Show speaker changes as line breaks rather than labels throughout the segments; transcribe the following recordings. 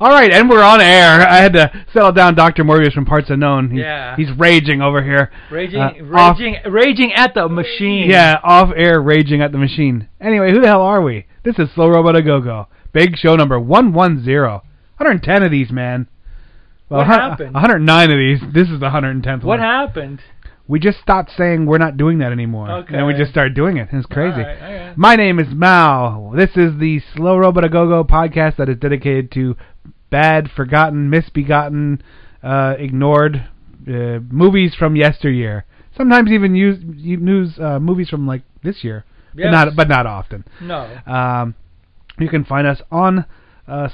All right, and we're on air. I had to settle down Dr. Morbius from Parts Unknown. He,
Yeah.
He's raging over here.
Raging,
Uh, off-
raging, raging at the machine.
Yeah, off air raging at the machine. Anyway, who the hell are we? This is Slow Robot A Go Go. Big show number 110. 110 of these, man. Well,
What
hun-
happened?
109 of these. This is the 110th
What
one.
happened?
We just stopped saying we're not doing that anymore.
Okay.
And then we just started doing it. It's crazy.
All right, all right.
My name is Mao. This is the Slow Robot A Go Go podcast that is dedicated to bad, forgotten, misbegotten, uh, ignored uh, movies from yesteryear. Sometimes even use you- news uh, movies from like this year,
Yes.
but not but not often.
No.
Um, you can find us on uh,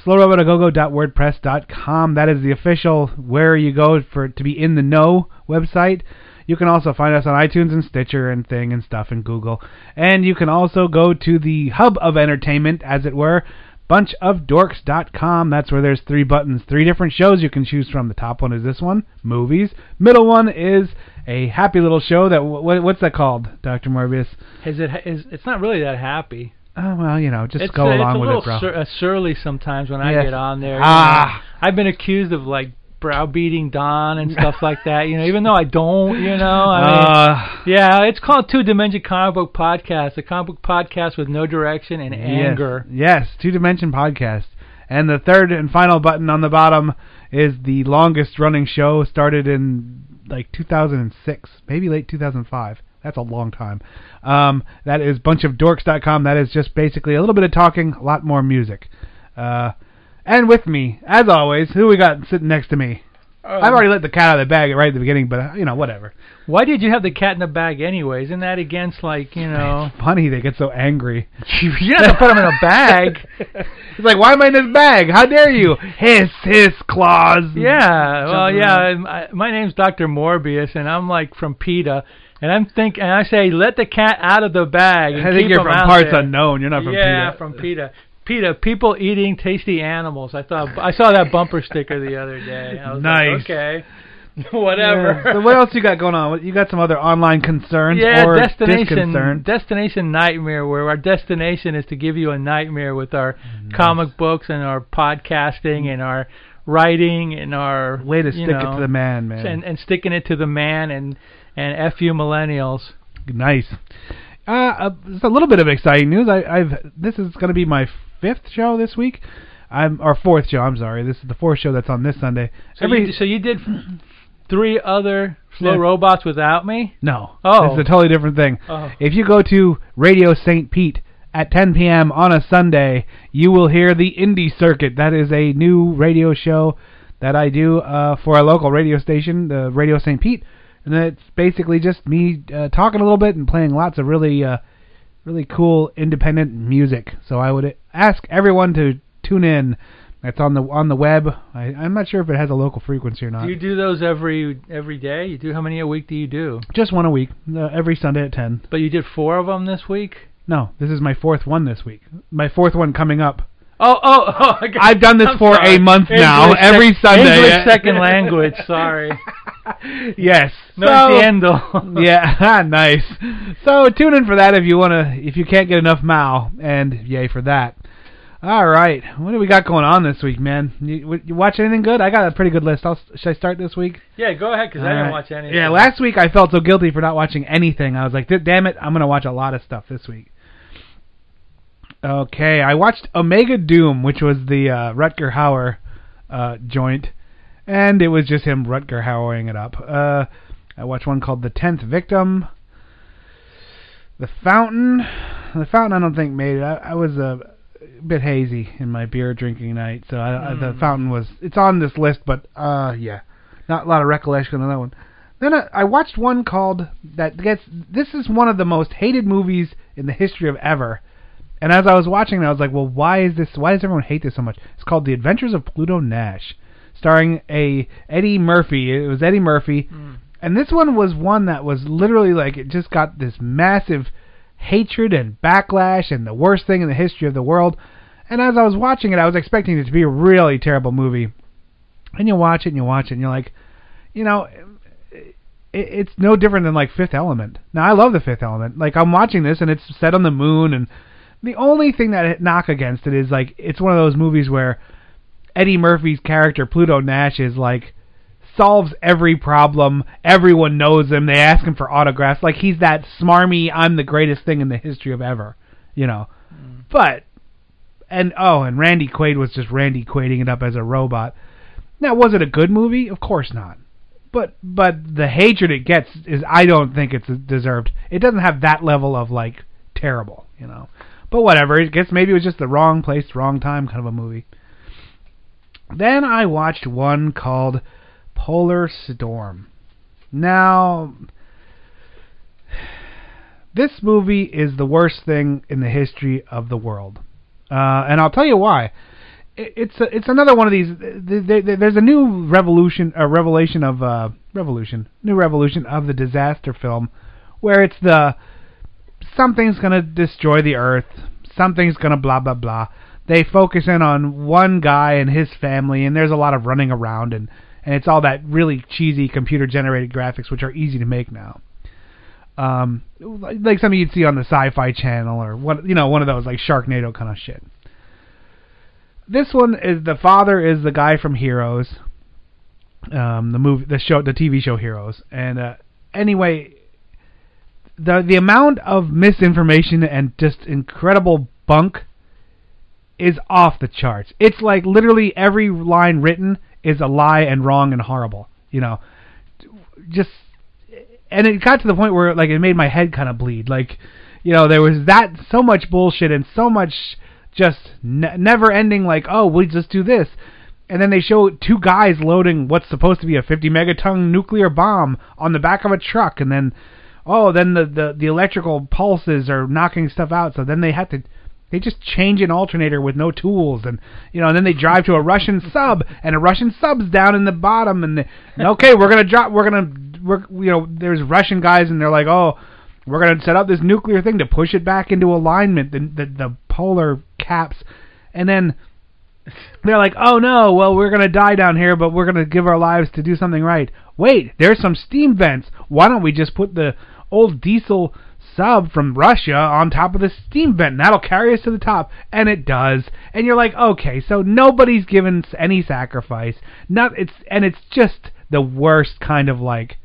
slowrobotagogo.wordpress.com. That is the official where you go for to be in the know website. You can also find us on iTunes and Stitcher and thing and stuff and Google. And you can also go to the hub of entertainment, as it were, bunchofdorks.com. That's where there's three buttons, three different shows you can choose from. The top one is this one, movies. Middle one is a happy little show that what, what's that called, Dr. Morbius?
Is it? Is it's not really that happy.
Oh, well, you know, just
It's
go
uh, it's
along
a
with
little
it, bro.
sur- uh, surly sometimes when I
Yes.
get on there. you
Ah.
know. I've been accused of like browbeating Don and stuff like that. You know, even though I don't. You know, I mean,
Uh,
yeah, it's called Two Dimension Comic Book Podcast, a comic book podcast with no direction and anger.
Yes, yes two dimension podcast. And the third and final button on the bottom is the longest running show started in like 2006, maybe late 2005. That's a long time. Um, that is bunchofdorks.com. That is just basically a little bit of talking, a lot more music. Uh, and with me, as always, who we got sitting next to me?
Oh.
I've already let the cat out of the bag right at the beginning, but uh, you know, whatever.
Why did you have the cat in the bag anyway? Isn't that against like you know?
Funny they get so angry.
you have to put him in a bag.
He's like, why am I in this bag? How dare you? Hiss, hiss, claws.
Yeah, well,
Something
yeah.
like
and I, my name's Dr. Morbius, and I'm like from PETA, and I'm think, and I say, let the cat out of the bag. And
I think
keep
you're
him
from
out
parts
there.
unknown. You're not from
yeah,
PETA.
from PETA. PETA, people eating tasty animals. I thought I saw that bumper sticker the other day. I was like,
Nice.
okay,
Yeah.
whatever.
So what else you got going on? What- You got some other online concerns
Yeah,
or
destination
disconcerns?
destination nightmare where our destination is to give you a nightmare with our
Mm-hmm.
comic books and our podcasting and our writing and our
Way to
you
stick it
know,
to the man, man.
and, and sticking it to the man and and f you millennials.
nice. Uh, uh, it's a little bit of exciting news. I, I've this is going to be my fifth show this week. I'm or fourth show. I'm sorry. This is the fourth show that's on this Sunday.
So you, so you did three other slow
Yeah.
robots without me.
No.
Oh.
It's a totally different thing.
Oh.
If you go to Radio St. Pete at 10 p.m. on a Sunday, you will hear the Indie Circuit. That is a new radio show that I do uh, for a local radio station, the Radio St. Pete. And it's basically just me uh, talking a little bit and playing lots of really, uh, really cool independent music. So I would ask everyone to tune in. That's on the on the web. I, I'm not sure if it has a local frequency or not.
Do you do those every every day? You do how many a week do you do?
Just one a week, uh, every Sunday at 10.
But you did four of them this week.
No, this is my fourth one this week. My fourth one coming up.
Oh, oh, oh! I got-
I've done this
I'm
for
sorry.
a month now,
English
every Sunday.
English second language. Sorry.
Yes.
No
so,
entiendo.
yeah, nice. So tune in for that if you wanna, if you can't get enough Mao, and yay for that. All right, what do we got going on this week, man? You, you watch anything good? I got a pretty good list. I'll, should I start this week?
Yeah, go ahead because I didn't
Alright.
watch anything.
Yeah, last week I felt so guilty for not watching anything. I was like, "D- damn it, I'm gonna watch a lot of stuff this week. Okay, I watched Omega Doom, which was the uh, Rutger Hauer uh, joint, and it was just him Rutger Hauering it up. Uh, I watched one called The Tenth Victim, The Fountain. The Fountain, I don't think made it. I, I was a bit hazy in my beer drinking night, so I, I- The Fountain was. It's on this list, but uh, yeah, not a lot of recollection on that one. Then I, I watched one called that gets. This is one of the most hated movies in the history of ever. And as I was watching, it, I was like, "Well, why is this? Why does everyone hate this so much?" It's called The Adventures of Pluto Nash. starring a Eddie Murphy. It was Eddie Murphy,
Mm,
and this one was one that was literally like it just got this massive hatred and backlash and the worst thing in the history of the world. And as I was watching it, I was expecting it to be a really terrible movie. And you watch it and you watch it and you're like, you know, it, it's no different than like Fifth Element. Now I love the Fifth Element. Like I'm watching this and it's set on the moon and the only thing that it knock against it is like it's one of those movies where Eddie Murphy's character Pluto Nash is like solves every problem. Everyone knows him. They ask him for autographs. Like he's that smarmy. I'm the greatest thing in the history of ever. You know, but and oh, and Randy Quaid was just Randy Quaiding it up as a robot. Now, was it a good movie? Of course not. But but the hatred it gets is I don't think it's deserved. It doesn't have that level of like terrible, you know. But whatever, it gets maybe it was just the wrong place, wrong time kind of a movie. Then I watched one called Polar Storm. Now, this movie is the worst thing in the history of the world, uh, and I'll tell you why. It- It's a, it's another one of these. th- th- th- There's a new revolution, a revelation of uh, revolution, new revolution of the disaster film, where it's the something's gonna destroy the earth, something's gonna blah blah blah. They focus in on one guy and his family, and there's a lot of running around and and it's all that really cheesy computer generated graphics which are easy to make now. Um, like like something you'd see on the Sci-Fi Channel or what you know one of those like Sharknado kind of shit. This one is the father is the guy from Heroes, um, the movie, the show, the TV show Heroes, and uh, anyway, the the amount of misinformation and just incredible bunk is off the charts. It's like literally every line written is a lie and wrong and horrible. You know, just and it got to the point where like it made my head kind of bleed. Like, you know, there was that so much bullshit and so much just ne- never ending. Like, oh, we just do this, and then they show two guys loading what's supposed to be a 50 megaton nuclear bomb on the back of a truck, and then oh, then the the, the electrical pulses are knocking stuff out. So then they have to. They just change an alternator with no tools, and you know, and then they drive to a Russian sub, and a Russian sub's down in the bottom, and, the, and okay, we're gonna drop, we're gonna, we're, you know, there's Russian guys, and they're like, oh, we're gonna set up this nuclear thing to push it back into alignment, the the, the polar caps, and then they're like, oh no, well we're gonna die down here, but we're gonna give our lives to do something right. Wait, there's some steam vents. Why don't we just put the old diesel sub from Russia on top of the steam vent, and that'll carry us to the top? And it does. And you're like, okay, so nobody's given s- any sacrifice. Not it's and it's just the worst kind of like.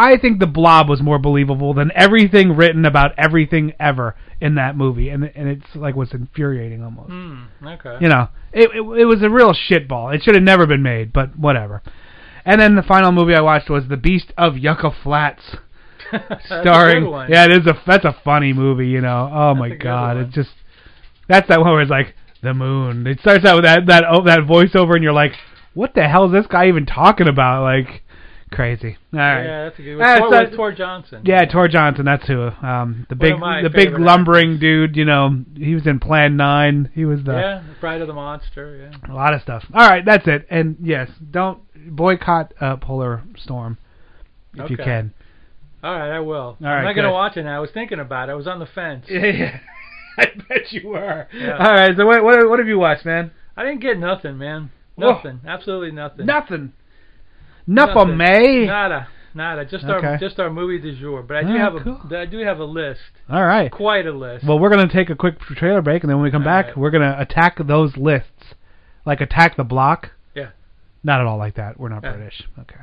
I think the blob was more believable than everything written about everything ever in that movie, and and it's like was infuriating almost
Hmm, okay.
you know, it, it it was a real shitball. It should have never been made, but whatever. And then the final movie I watched was The Beast of Yucca Flats,
That's a
starring.
good one.
Yeah, it is a that's a funny movie, you know. Oh my
a good
god,
one.
it's just that's that one where it's like the moon. It starts out with that that oh, that voiceover, and you're like, what the hell is this guy even talking about? Like, crazy. All right.
Yeah, that's a good
Ah,
one. Tor,
so-
with Tor Johnson.
Yeah, Tor Johnson, that's who. Um, the big,
of my
the big
favorite
lumbering dude. You know, he was in Plan Nine. He was the
Yeah, Bride of the Monster.
a
Yeah.
lot of stuff. All right, that's it. And yes, don't boycott uh, Polar Storm if you
Okay.
can.
All right, I will.
All right,
I'm not gonna
good.
watch it. now. I was thinking about it. I was on the fence.
Yeah, I bet you were.
Yeah.
All right, so what, what what have you watched, man?
I didn't get nothing, man.
Whoa.
Nothing. Absolutely nothing.
Nothing. Nothing, May.
Nada. Nada. Just
Okay.
our just our movie du jour. But I do
Oh,
have a
cool.
I do have a list.
All right.
Quite a list.
Well, we're gonna take a quick trailer break, and then when we come
All
back,
right.
we're gonna attack those lists, like attack the block.
Yeah.
Not at all like that. We're not
Yeah.
British. Okay.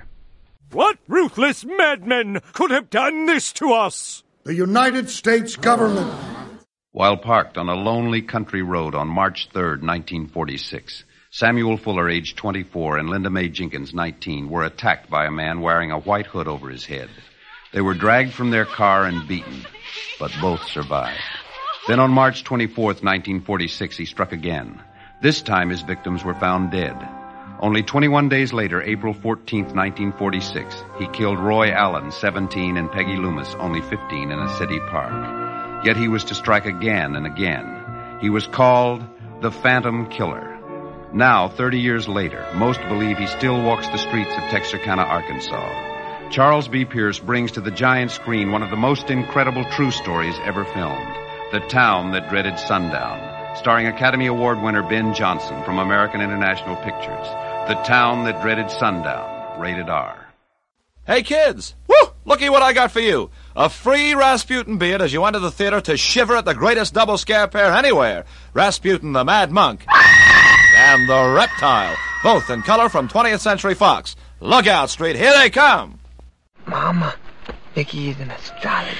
What ruthless madmen could have done this to us?
The United States government.
While parked on a lonely country road on March 3, 1946, Samuel Fuller, age 24, and Linda Mae Jenkins, 19, were attacked by a man wearing a white hood over his head. They were dragged from their car and beaten, but both survived. Then on March 24, 1946, he struck again. This time his victims were found dead. Only 21 days later, April 14, 1946, he killed Roy Allen, 17, and Peggy Loomis, only 15, in a city park. Yet he was to strike again and again. He was called the Phantom Killer. Now, 30 years later, most believe he still walks the streets of Texarkana, Arkansas. Charles B. Pierce brings to the giant screen one of the most incredible true stories ever filmed The Town That Dreaded Sundown, starring Academy Award winner Ben Johnson from American International Pictures. The Town That Dreaded Sundown, rated R.
Hey, kids! Woo! Looky what I got for you! A free Rasputin beard as you enter the theater to shiver at the greatest double scare pair anywhere Rasputin the Mad Monk and the Reptile, both in color from 20th Century Fox. Lookout Street, here they come!
Mama, Vicky is an astrologer.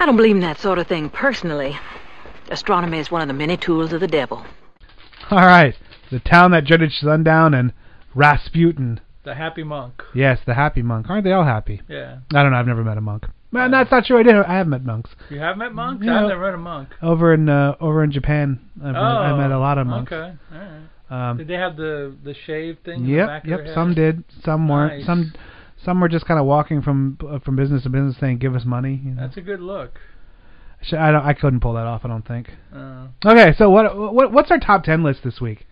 I don't believe in that sort of thing personally. Astronomy is one of the many tools of the devil.
All right. The town that dreaded sundown and Rasputin.
The Happy Monk.
Yes, the happy monk. Aren't they all happy?
Yeah.
I don't know. I've never met a monk. Man, that's not true. I did. I have met monks
You have met monks?
Yeah.
I've never met a monk.
over in uh, over in Japan. I've met, I met a lot of monks.
Okay. All right.
Um,
Did they have the the shave thing? in the
yep,
back of
yep.
their head?
Some did. Some weren't.
Nice.
Some some were just kind of walking from uh, from business to business, saying, "Give us money." You know?
That's a good look.
Sh- I don't. I couldn't pull that off. I don't think.
Uh,
Okay, so what what what's our top ten list this week?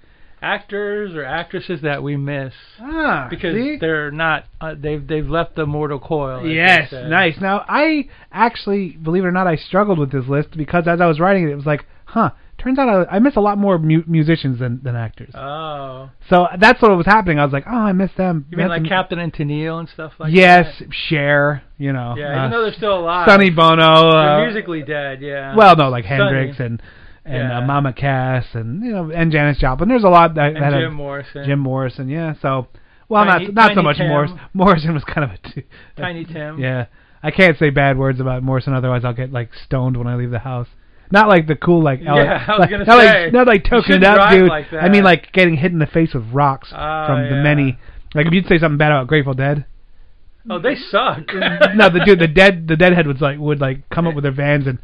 actors or actresses that we miss
Ah,
because
see?
they're not. Uh, they've they've left the mortal coil. as they
Yes,
say.
nice. Now, I actually, believe it or not, I struggled with this list because as I was writing it, it was like, huh, turns out I, I miss a lot more mu- musicians than, than actors.
Oh,
so that's what was happening. I was like, oh, I miss them.
you mean
Miss
like
them.
Captain and Tennille and stuff like
yes,
that?
Cher, you know.
Yeah,
uh,
even though they're still alive.
Sonny Bono.
They're
uh,
musically dead. Yeah.
well, no, like
Sonny.
Hendrix and and
Yeah.
uh, Mama Cass and you know and Janis Joplin. There's a lot that,
and
that
Jim
have-
Morrison.
Jim Morrison, yeah. So, well,
Tiny-
not not so
Tiny
much
Tim.
Morrison. Morrison was kind of a t-
Tiny Tim.
Yeah. I can't say bad words about Morrison, otherwise I'll get like stoned when I leave the house. Not like the cool like L-
Yeah, I was
like-
gonna
not
say,
like not like
you
token it
shouldn't
up,
drive
dude.
like
I mean
that.
like getting hit in the face with rocks
Ah,
from the
yeah.
many. Like if you'd say something bad about Grateful Dead,
Oh, they suck.
no, the dude, the dead, the deadhead would like would like come up with their vans and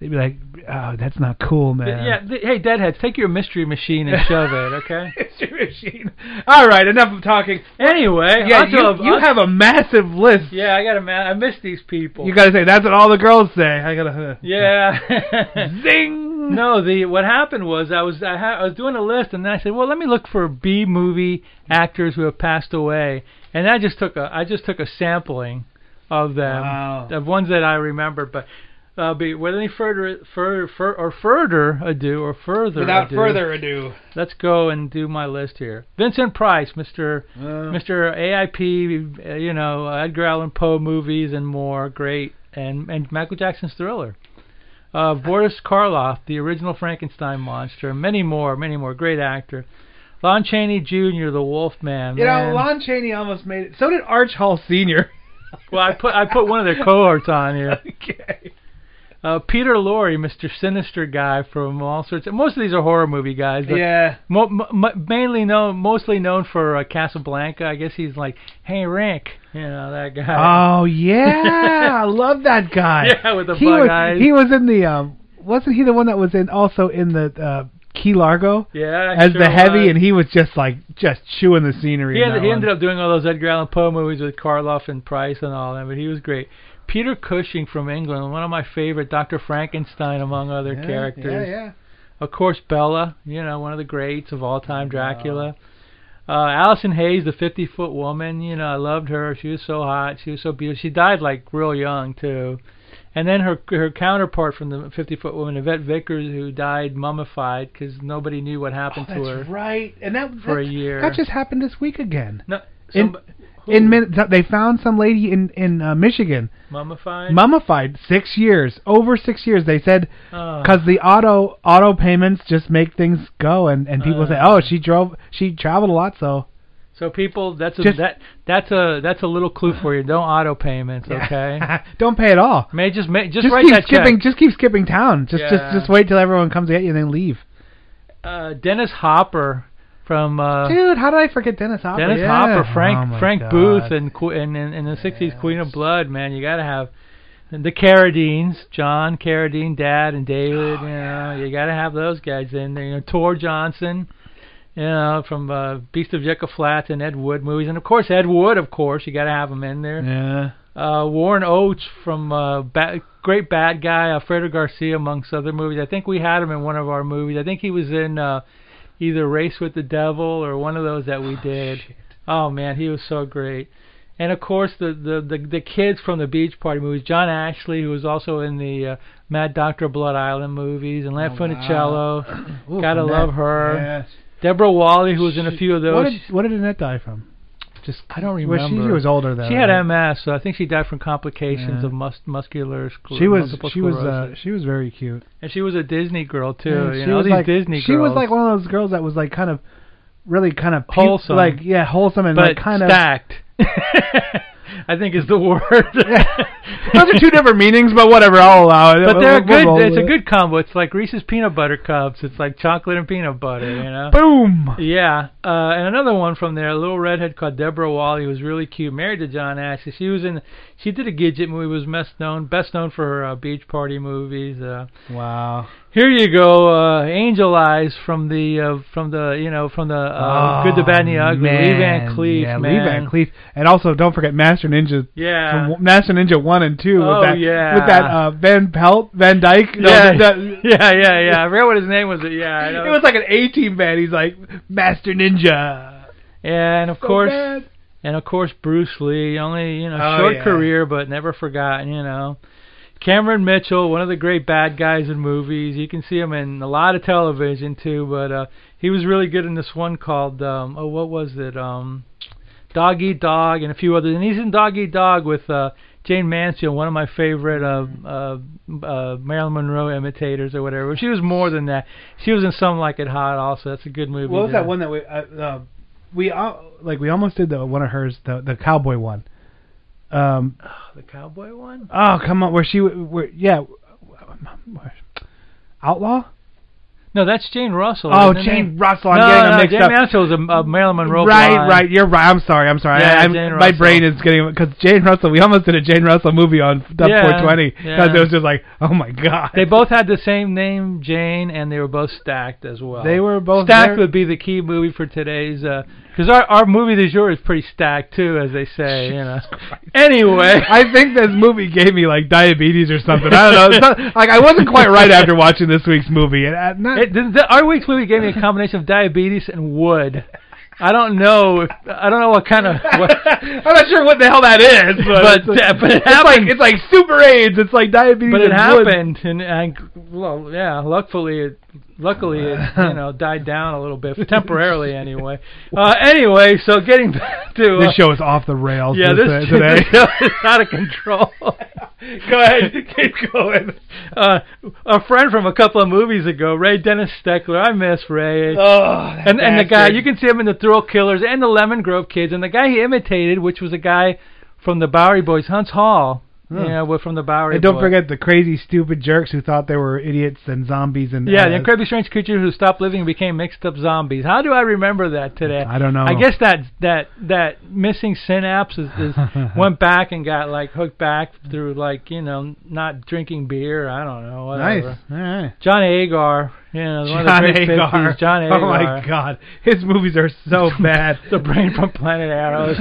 they'd be like, "Oh, that's not cool, man."
Yeah. th- hey, deadheads, take your mystery machine and shove it. Okay.
Mystery machine. All right, enough of talking.
Anyway,
Yeah,
onto a-
you, you
onto-
have a massive list.
Yeah, I got to man. I miss these people.
You gotta say that's what all the girls say. I gotta. Uh, Mhm.
Yeah.
Zing.
no, the what happened was I was I, ha- I was doing a list and then I said, well, let me look for B movie actors who have passed away, and I just took a I just took a sampling of them
Wow.
of ones that I remember, but. Uh, be, with any further, fur, fur, or further ado, or further ado,
ado.
let's go and do my list here. Vincent Price, Mr.
Uh.
Mr. AIP, uh, you know Edgar Allan Poe movies and more, great, and and Michael Jackson's Thriller. Uh, Boris Karloff, the original Frankenstein monster, many more, many more, great actor. Lon Chaney Jr., the Wolfman.
You know,
man.
Lon Chaney almost made it. So did Arch Hall Senior.
well, I put I put one of their cohorts on here.
okay.
Uh, Peter Lorre, Mr. Sinister guy from all sorts. Of, most of these are horror movie guys. but
Yeah.
Mo- m- mainly known, mostly known for uh, Casablanca. I guess he's like, hey Rick, you know that guy.
Oh yeah, I love that guy.
Yeah, with the
he
bug
was,
eyes.
He was in the. Um, wasn't he the one that was in also in the uh, Key Largo
yeah,
as the
sure
heavy?
was.
And he was just like just chewing the scenery.
he,
in
had-
that
he
one.
ended up doing all those Edgar Allan Poe movies with Karloff and Price and all that, but he was great. Peter Cushing from England, one of my favorite, Dr. Frankenstein among other
yeah,
characters.
Yeah, yeah.
Of course, Bella, you know, one of the greats of all time, Dracula. Uh, Allison Hayes, the 50 foot woman, you know, I loved her. She was so hot. She was so beautiful. She died like real young, too. And then her her counterpart from the 50 foot woman, Yvette Vickers, who died mummified because nobody knew what happened to her.
Oh, That's right. And that
For a
that-
year.
That just happened this week again.
No,
In-
somebo- who?
In Min- they found some lady in in uh, Michigan
mummified.
mummified six years over six years they said
Oh.
because Uh, the auto auto payments just make things go and and people say
Uh.
oh she drove she traveled a lot so
so people, that's a
Just-
that that's a that's a little clue for you. Don't auto payments, okay?
don't pay at all
May just may, just,
just
write
keep
that check.
skipping just keep skipping town just
Yeah.
just just wait till everyone comes to get you and then leave
Uh, Dennis Hopper from uh,
dude how did i forget dennis hopper
Dennis
Yeah.
Hopper,
Oh
Frank
my
Frank
God.
Booth, and Que- and in, in the '60s Queen of Blood. Man, you gotta have and the Carradines, John Carradine, Dad, and David.
Oh,
you know, you gotta have those guys in there. You know, Tor Johnson. You know, from uh, Beast of Jekyll Flats and Ed Wood movies, and of course Ed Wood. Of course, you got to have him in there.
yeah
Uh, Warren Oates from uh, ba- Great Bad Guy, Alfredo Garcia, amongst other movies. I think we had him in one of our movies. I think he was in. Uh, either Race with the Devil or one of those that we did. Oh man, he was so great. And of course, the the the, the kids from the Beach Party movies. John Ashley, who was also in the uh, Mad Doctor Blood Island movies, and Lance
Oh, wow.
Funicello.
Ooh,
Gotta
Annette.
love her.
Yes.
Deborah Wally, who was in a few of those.
What did, what did Annette die from?
Just I don't
Well, she
remember.
was older though.
She had
right?
MS, so I think she died from complications
Yeah.
of mus- muscular scler-
She was
multiple
she was uh,
sclerosis.
she was very cute.
and she was a Disney girl too.
Yeah,
you
she
know, all
was
these
like,
Disney
She
girls.
was like one of those girls that was like kind of really kind of pu-
Wholesome.
like yeah, wholesome and
but
like kind of
stacked. I think is the word.
Those are two different meanings, but whatever, I'll allow it.
But
We'll-
they're
we'll roll
good. It's a
with it.
good combo. It's like Reese's peanut butter cups. It's like chocolate and peanut butter. You know.
boom.
Yeah, uh, and another one from there, a little redhead called Deborah Wally, who was really cute, married to John Ashley. She was in, she did a Gidget movie, was best known, best known for her uh, beach party movies. Uh,
Wow.
here you go, uh, Angel Eyes from the uh, from the you know from the uh, Good, the Bad, and the Ugly. Lee Van
Oh, man.
Cleef,
yeah,
man.
Lee Van Cleef, and also don't forget Master Ninja.
Yeah.
from Master Ninja One and Two
Oh,
with that
yeah.
with that uh, Van Pelt Van Dyke. No,
yeah,
that-
yeah, yeah, yeah. I forget what his name was. Yeah, I know.
it was like an A team band. He's like Master Ninja.
and of
So
course,
bad.
And of course, Bruce Lee, only you know
Oh,
short
yeah.
career, but never forgotten. You know, Cameron Mitchell, one of the great bad guys in movies. You can see him in a lot of television too, but uh, he was really good in this one called um, oh what was it um, Dog Eat Dog and a few others. And he's in Dog Eat Dog with uh, Jane Mansfield, one of my favorite uh, uh, uh, Marilyn Monroe imitators or whatever. But she was more than that. She was in Some Like It Hot also. That's a good movie.
What was that
too.
one that we uh, uh, we all, like we almost did the one of hers the the cowboy one. Um,
The cowboy one.
oh come on, where she w- where yeah, outlaw.
No, that's Jane Russell.
Oh,
isn't it?
Jane Russell.
no,
I'm getting
no,
them mixed
Jane
up.
Mansell was a, a Marilyn Monroe.
right,
blonde.
right. You're right. I'm sorry. I'm sorry.
Yeah,
I, I'm,
Jane
my
Russell.
brain is getting because Jane Russell. We almost did a Jane Russell movie on Dub
Yeah,
420 because
yeah.
it was just like, oh my god.
They both had the same name, Jane, and they were both stacked as well.
They were both
stacked.
there.
Would be the key movie for today's because our our movie du jour is pretty stacked too, as they say. you know. Anyway,
I think this movie gave me like diabetes or something. I don't know. It's not- like I wasn't quite right after watching this week's movie. And uh, not,
It, th- th- our week's movie gave me a combination of diabetes and wood. I don't know. If, I don't know what kind of. What,
I'm not sure what the hell that is, but,
But, uh, but it
it's like
happened.
it's like super AIDS. It's like diabetes.
but
and
it
wood.
happened, and, and well, yeah. Luckily, it, luckily, it you know died down a little bit temporarily, anyway. Uh, anyway, so getting back to uh,
This show is off the rails.
yeah,
this,
this,
today.
this show is out of control. Go ahead, keep going. Uh, a friend from a couple of movies ago, Ray Dennis Steckler. I miss Ray.
oh,
and and the guy, you can see him in the Thrill Killers and the Lemon Grove Kids, and the guy he imitated, which was a guy from the Bowery Boys, Hunts Hall.
Huh.
Yeah, we're from the Bowery.
Hmm. And don't
Boys.
forget the crazy, stupid jerks who thought they were idiots and zombies and
Yeah,
uh,
the incredibly strange creatures who stopped living and became mixed up zombies. How do I remember that today?
I don't know.
I guess that that that missing synapse is, is went back and got like hooked back through like you know not drinking beer. I don't know.
Nice.
Whatever.
All right.
John Agar. You know, one
John
of the great
Agar.
50s, John Agar.
Oh my God, his movies are so bad.
The brain from Planet Arrow.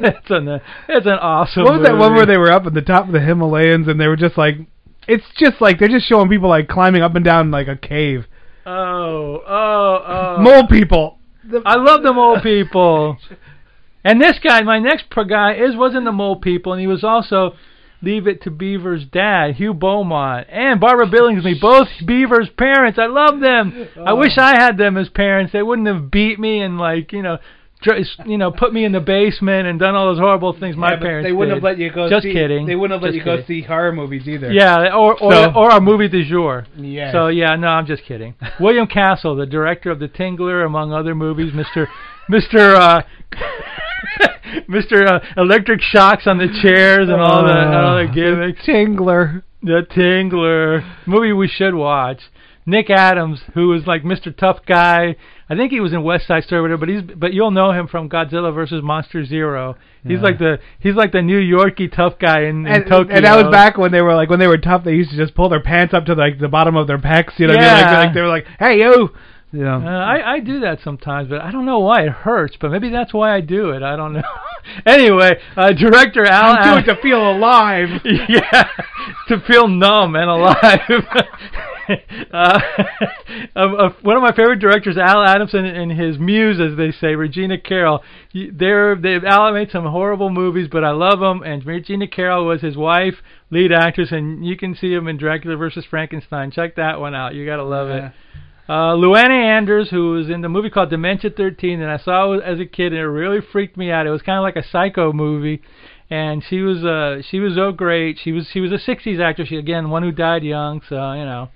That's an that's an awesome.
what was that one
movie.
where they were up at the top of the Himalayas and they were just like, it's just like they're just showing people like climbing up and down like a cave.
Oh oh oh.
Mole people.
I love the mole people. And this guy, my next pro guy, is was in the mole people, and he was also Leave It to Beaver's dad, Hugh Beaumont, and Barbara Billingsley, both Beaver's parents. I love them. I wish I had them as parents. They wouldn't have beat me and like you know, dr- you know, put me in the basement and done all those horrible things my parents. did. Just kidding. Just kidding.
see horror movies either.
Yeah, or or
So-
or our movie du jour.
Yes.
So yeah, no, I'm just kidding. William Castle, the director of The Tingler, among other movies, Mr. Mr. Uh, Mr. Uh, electric shocks on the chairs and all the and all the
Uh,
gimmicks.
Tingler.
The Tingler movie we should watch. Nick Adams, who was like Mr. Tough Guy. I think he was in West Side Story, whatever, but he's but you'll know him from Godzilla versus Monster Zero. He's
Yeah.
like the he's like the New Yorkie tough guy in, in
and,
Tokyo.
and that was back when they were like when they were tough. They used to just pull their pants up to like the bottom of their pecs. You know, what I mean?
Yeah.
like, like they were like, "Hey yo," you know.
Uh, I, I do that sometimes, but I don't know why it hurts. But maybe that's why I do it. I don't know. anyway, uh, director Al.
I'm doing it to feel alive.
yeah, to feel numb and alive. uh, of, of one of my favorite directors, Al Adamson, and his muse, as they say, Regina Carroll. You- They're, they Al made some horrible movies, but I love them. And Regina Carroll was his wife, lead actress, and you can see him in Dracula versus Frankenstein. Check that one out. You gotta love it. Uh, Luana Anders, who was in the movie called Dementia 13 that I saw as a kid, and it really freaked me out. It was kind of like a psycho movie, and she was uh she was so great. She was she was a 60s actress. She again one who died young, so you know.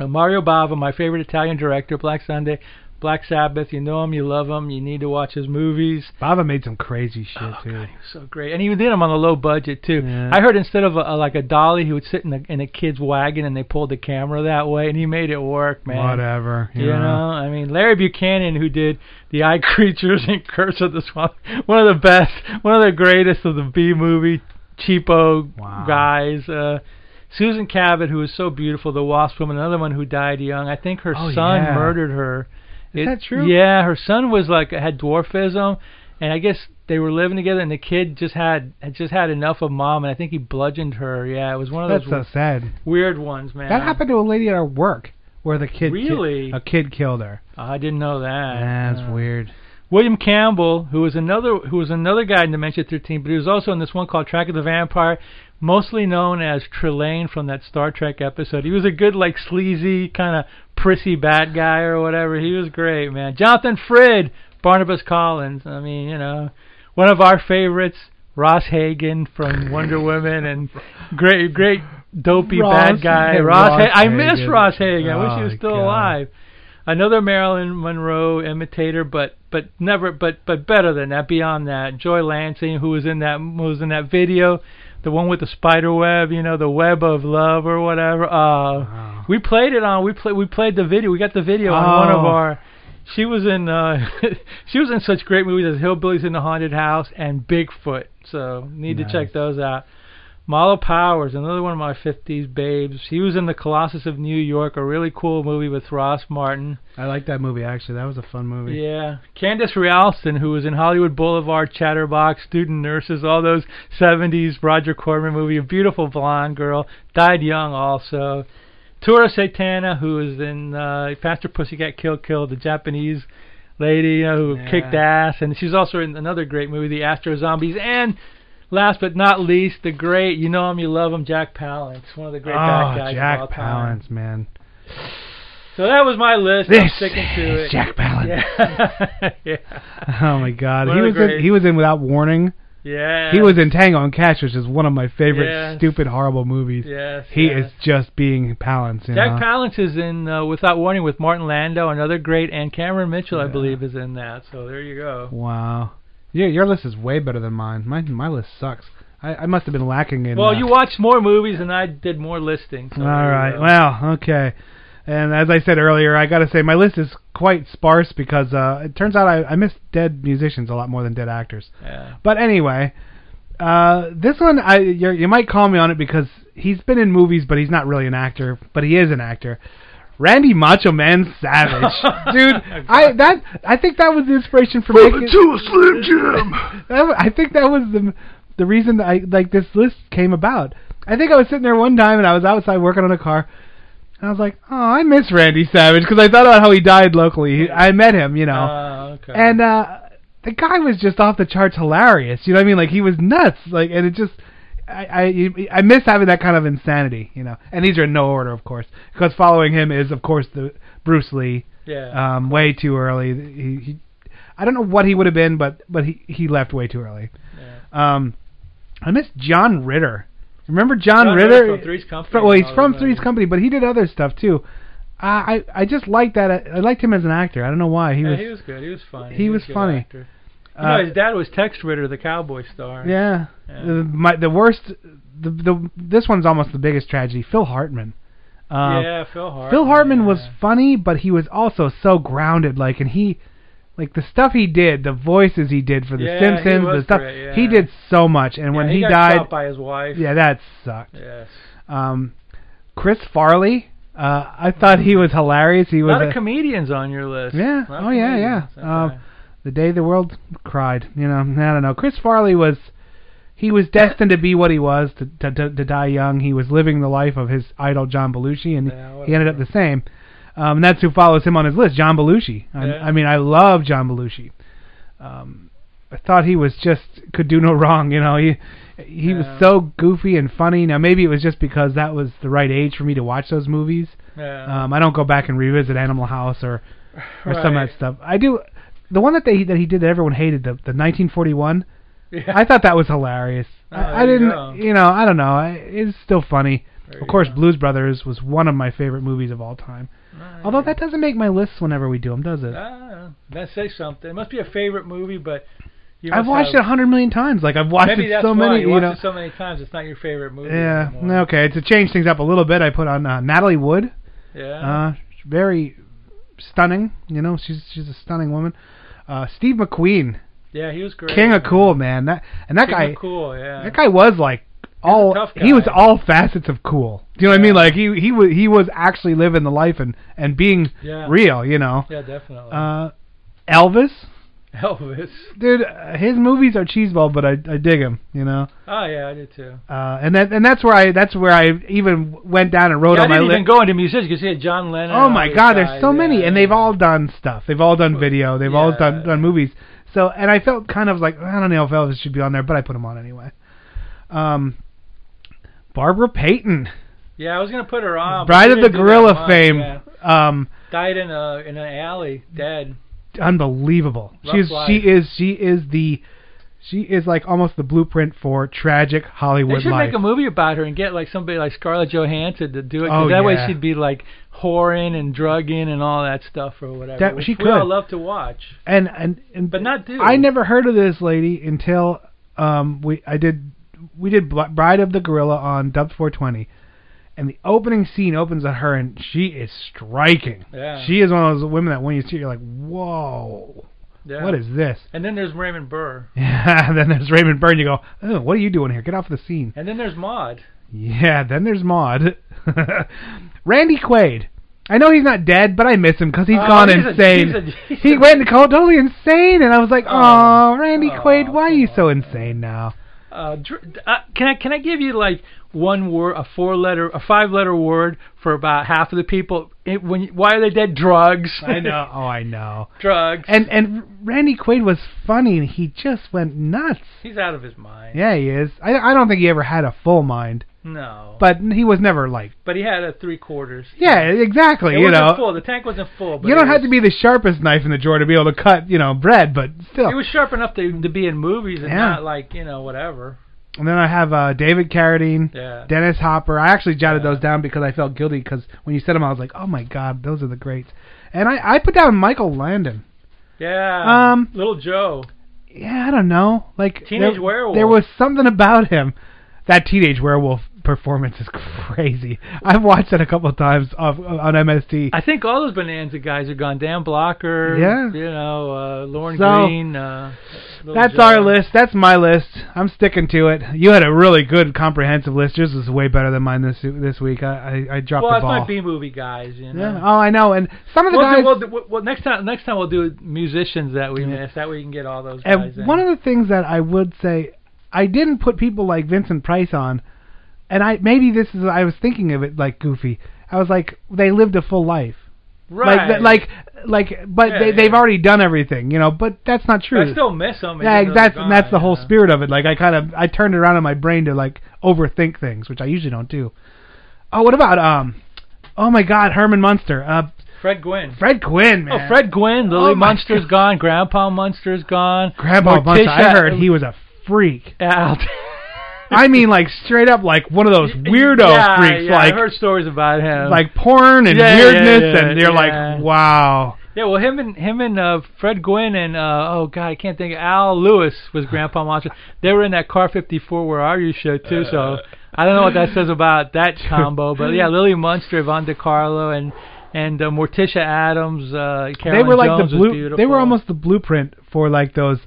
Uh, Mario Bava, my favorite Italian director, Black Sunday, Black Sabbath. You know him, you love him, you need to watch his movies.
Bava made some crazy shit
Oh,
too.
So great, and he did them on a low budget too. I heard instead of a, a- like a dolly, he would sit in a in a kid's wagon, and they pulled the camera that way, and he made it work, man.
Whatever.
You know, I mean, Larry Buchanan, who did the Eye Creatures and Curse of the Swamp, one of the best, one of the greatest of the B movie cheapo guys. Uh, Susan Cabot, who was so beautiful, the Wasp woman, another one who died young. I think her
Oh,
son
yeah.
murdered her.
Is that true?
Yeah, her son was like had dwarfism, and I guess they were living together, and the kid just had had just had enough of mom, and I think he bludgeoned her. Yeah, it was one of
That's so
those
sad.
weird ones, man.
That happened to a lady at our work where the kid ki-
Really?
a kid killed her.
Oh, I didn't know that.
That's
Uh,
weird.
William Campbell, who was another who was another guy in Dementia 13, but he was also in this one called Track of the Vampire, mostly known as Trelane from that Star Trek episode. He was a good like sleazy kind of prissy bad guy or whatever. He was great, man. Jonathan Frid, Barnabas Collins. I mean, you know, one of our favorites, Ross Hagen from Wonder Woman, and great great dopey
Ross
bad guy.
Hagen.
Ross,
Ross
Ha- I miss
Hagen.
Ross Hagen. I wish he
Oh,
was still
God.
alive another Marilyn Monroe imitator, but but never but but better than that. Beyond that, Joy Lansing, who was in that who was in that video, the one with the spider web, you know, the web of love or whatever. Uh, We played it on. We played we played the video. We got the video on one of
Oh.
our. She was in uh, she was in such great movies as Hillbillies in the Haunted House and Bigfoot. So need to check those out. Mala Powers, another one of my 50s babes. She was in The Colossus of New York, a really cool movie with Ross Martin.
I like that movie actually. That was a fun movie.
Yeah. Candace Ralston, who was in Hollywood Boulevard, Chatterbox, Student Nurses, all those 70s Roger Corman movie, a beautiful blonde girl, died young also. Tora Satana, who was in uh, Faster Pussycat Kill Kill, the Japanese lady you know, who kicked ass. And she's also in another great movie, The Astro Zombies. And last but not least, the great, you know him, you love him, Jack Palance, one of the great bad
Oh,
guys of all
Jack
time.
Palance, man.
So that was my list. I'm
This
sticking to
is
it.
Jack Palance.
Yeah. yeah.
Oh my God,
One
he
of
was
the
in,
greats.
he was in Without Warning.
Yeah.
He was in Tango and Cash, which is one of my favorite
Yes.
stupid, horrible movies.
Yes.
He
yes.
is just being Palance. You
Jack
know?
Palance is in uh, Without Warning with Martin Landau, another great, and Cameron Mitchell, I believe, is in that. So there you go.
Wow. Yeah, your list is way better than mine. My my list sucks. I, I must have been lacking in.
Well,
uh,
you watched more movies than I did more listings. So
All
there you
right.
go.
Well, okay. And as I said earlier, I gotta say my list is quite sparse because uh, it turns out I, I miss dead musicians a lot more than dead actors.
Yeah.
But anyway, uh, this one I you're, you might call me on it because he's been in movies, but he's not really an actor, but he is an actor. Randy Macho Man Savage, dude. I that I think that was the inspiration for making.
Slim Jim.
That wa- I think that was the the reason that I like this list came about. I think I was sitting there one time and I was outside working on a car, and I was like, "Oh, I miss Randy Savage because I thought about how he died locally. He, I met him, you know,
Ah, okay.
and uh the guy was just off the charts hilarious. You know what I mean? Like he was nuts. Like and it just." I, I you- I miss having that kind of insanity, you know. And these are in no order, of course, because following him is, of course, the Bruce Lee,
yeah.
um, way too early. He, he, I don't know what he would have been, but but he he left way too early. Um, I miss John Ritter. Remember John,
John Ritter
Ritter?
from Three's Company
Fro- well,
and
he's
all
from
that.
Three's Company, but he did other stuff too. Uh, I I, I just liked that. uh, I, I liked him as an actor. I don't know why he
Yeah,
was.
he was good. He was funny.
he was
a good
funny.
actor. You
uh,
know, his dad was Tex Ritter, the cowboy star.
yeah.
Yeah.
The, Uh, my the worst. The, the this one's almost the biggest tragedy. Phil Hartman. Uh,
yeah, Phil Hartman.
Phil Hartman was
yeah.
funny, but he was also so grounded. Like, and he, like the stuff he did, the voices he did for The
Yeah, he
Simpsons,
was
the stuff
great, yeah.
he did so much. And when
Yeah,
he,
got
died,
shot by his wife.
yeah, that sucked.
Yes.
Um, Chris Farley, uh, I thought he was hilarious. He
A
was
lot
a-
of comedians on your list.
Yeah.
A lot of
Oh, yeah,
comedians.
yeah. Um,
Okay.
the day the world cried. You know, I don't know. Chris Farley was. he was destined to be what he was to, to, to, to die young. He was living the life of his idol John Belushi, and he ended up the same. Um, and that's who follows him on his list, John Belushi. I,
Yeah.
I mean, I love John Belushi. Um, I thought he was just could do no wrong. You know, he he was
Yeah.
so goofy and funny. Now maybe it was just because that was the right age for me to watch those movies.
Yeah.
Um, I don't go back and revisit Animal House or or some of
Right.
that stuff. I do. The one that they that he did that everyone hated, the the 1941.
Yeah.
I thought that was hilarious.
Oh,
I, I
there you
didn't,
go.
you know, I don't know. I, it's still funny.
There
Of
you
course,
go.
Blues Brothers was one of my favorite movies of all time.
Right.
Although that doesn't make my lists whenever we do them, does it?
Ah, that says something. It must be a favorite movie, but you
I've
must
watched it a
have,
hundred million times. Like I've watched
Maybe
it
that's
so
why
many, you
you, watched
know.
it so many times. It's not your favorite movie.
yeah.
anymore.
Okay. To change things up a little bit, I put on uh, Natalie Wood. Uh,
Yeah.
very stunning. You know, she's she's a stunning woman. Uh, Steve McQueen,
yeah, he was great.
King of Cool, man. That and that
King
guy.
of cool. Yeah.
That guy was like all
tough
he was
guy.
all facets of cool. Do you know what I mean?
Yeah.
Like he he was he was actually living the life and and being
Yeah.
real. You know.
Yeah, definitely.
Uh, Elvis,
Elvis.
dude, uh, his movies are cheeseball, but I I dig him. You know.
Oh yeah, I did too.
Uh, and that and that's where I that's where I even went down and wrote
Yeah, I
on my
didn't even
list.
go into music because he had John Lennon.
Oh
and all
my
these
God, there's
guys,
so
yeah,
many, and
yeah.
they've all done stuff. They've all done video. They've all done
yeah.
done movies. So, and I felt kind of like I don't know if Elvis should be on there, but I put him on anyway. Um, Barbara Payton,
Yeah, I was gonna put her on. but
Bride
she
of the
didn't do that
Gorilla
much,
fame,
yeah.
um,
Died in a in an alley, dead.
unbelievable.
Rough
She's she
life.
is she is the she is like almost the blueprint for tragic
They
Hollywood
should
life.
make a movie about her and get like somebody like Scarlett Johansson to do it. 'cause
Oh,
that
yeah.
way she'd be like whoring and drugging and all that stuff or whatever.
That-
which
she
we
could.
all love to watch.
and and and
But not do.
I never heard of this lady until um we I did we did Bl- Bride of the Gorilla on Dubbed 420, and the opening scene opens on her and she is striking.
Yeah.
She is one of those women that when you see her, you're like, whoa,
Yeah.
what is this?
And then there's Raymond Burr.
Yeah. then there's Raymond Byrne. You go, oh, what are you doing here? Get off the scene.
And then there's Maud.
Yeah. Then there's Maud, Randy Quaid. I know he's not dead, but I miss him because he's
Oh,
gone
he's a-
insane.
he's a- he's
he
a-
went co- totally insane, and I was like,
Oh.
"Oh, Randy
Oh,
Quaid, why are you
come
so insane now?"
Uh, dr- uh, can I can I give you like one word, a four letter, a five letter word for about half of the people? It, when why are they dead? Drugs.
I know. Oh, I know.
drugs.
And and Randy Quaid was funny, and he just went nuts.
he's out of his mind.
Yeah, he is. I I don't think he ever had a full mind,
No.
but he was never like.
but he had a three quarters.
Yeah, exactly.
It
you
wasn't
know,
full. The tank wasn't full. But
you don't
it
have to
was-
be the sharpest knife in the drawer to be able to cut, you know, bread, but still.
It was sharp enough to to be in movies and
Oh. Yeah.
not like you know whatever.
and then I have uh, David Carradine,
Yeah.
Dennis Hopper. I actually jotted
Yeah.
those down because I felt guilty because when you said them, I was like, oh my god, those are the greats. And I, I put down Michael Landon.
Yeah.
Um,
Little Joe.
Yeah, I don't know, like
Teenage
there,
Werewolf.
There was something about him. That teenage werewolf performance is crazy. I've watched that a couple of times off, on MST.
I think all those Bonanza guys are gone. Dan Blocker.
Yeah.
You know, uh, Lauren
So,
Green. Uh, Little
That's
Joe.
our list. That's my list. I'm sticking to it. You had a really good comprehensive list. Yours is way better than mine this this week. I I, I dropped
Well,
the
it's
ball.
my B movie guys. You know.
yeah. Oh, I know. And some of the
We'll,
guys.
do, we'll, do, we'll, well, next time, next time we'll do musicians that we missed. That way you can get all those guys.
and one of the things that I would say, I didn't put people like Vincent Price on, and I maybe this is I was thinking of it like goofy. I was like, they lived a full life.
the,
Like,
right,
like, like, but
Yeah,
they,
yeah.
they've already done everything, you know. But that's not true.
I still miss them.
Yeah,
even though
that's
they're gone,
that's the whole
yeah.
spirit of it. Like I kind of I turned it around in my brain to like overthink things, which I usually don't do. Oh, what about um? Oh my God, Herman Munster, uh,
Fred Gwynn.
Fred Quinn,
Oh,
man.
Fred Gwynn, Lily
Oh, my
Munster's
God.
gone, Grandpa Munster's gone.
Grandpa Munster. I
Morticia-
heard he was a freak.
out.
I mean, like straight up, like one of those weirdo
yeah,
freaks,
yeah,
like
I heard stories about him.
like porn and
Yeah, yeah,
weirdness,
yeah,
and you're
yeah.
like, wow.
yeah, well, him and him and uh, Fred Gwynn and uh, oh god, I can't think. Al Lewis was Grandpa Monster. They were in that Car 54 Where Are You show too. so I don't know what that says about that combo, but yeah, Lily Munster, Von DiCarlo, and and uh, Morticia Adams. Uh, Carolyn
they were like
Jones
the
was
blue.
beautiful.
They were almost the blueprint for like those.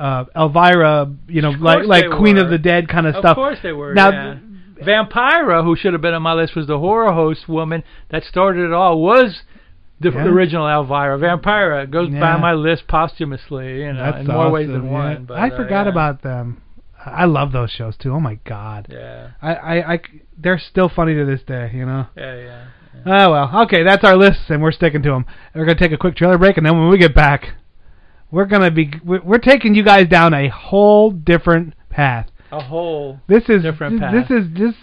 Uh, Elvira, you know,
Of
like
course
like
they
Queen of
were.
the Dead kind of,
Of
stuff.
course they were.
Now,
yeah. Vampira, who should have been on my list, was the horror host woman that started it all. Was the
Yeah.
original Elvira. Vampira goes
Yeah.
by my list posthumously, you know,
That's
in more ways
awesome,
than
yeah.
one. But,
I
uh,
forgot
yeah.
about them. I love those shows too. Oh my god.
Yeah.
I, I, I c- they're still funny to this day. You know.
Yeah, yeah.
Oh well. Okay, that's our lists, and we're sticking to them. We're gonna take a quick trailer break, and then when we get back, we're gonna be we're we're taking you guys down a whole different path.
A whole
This is
Different
th-
path.
This is this.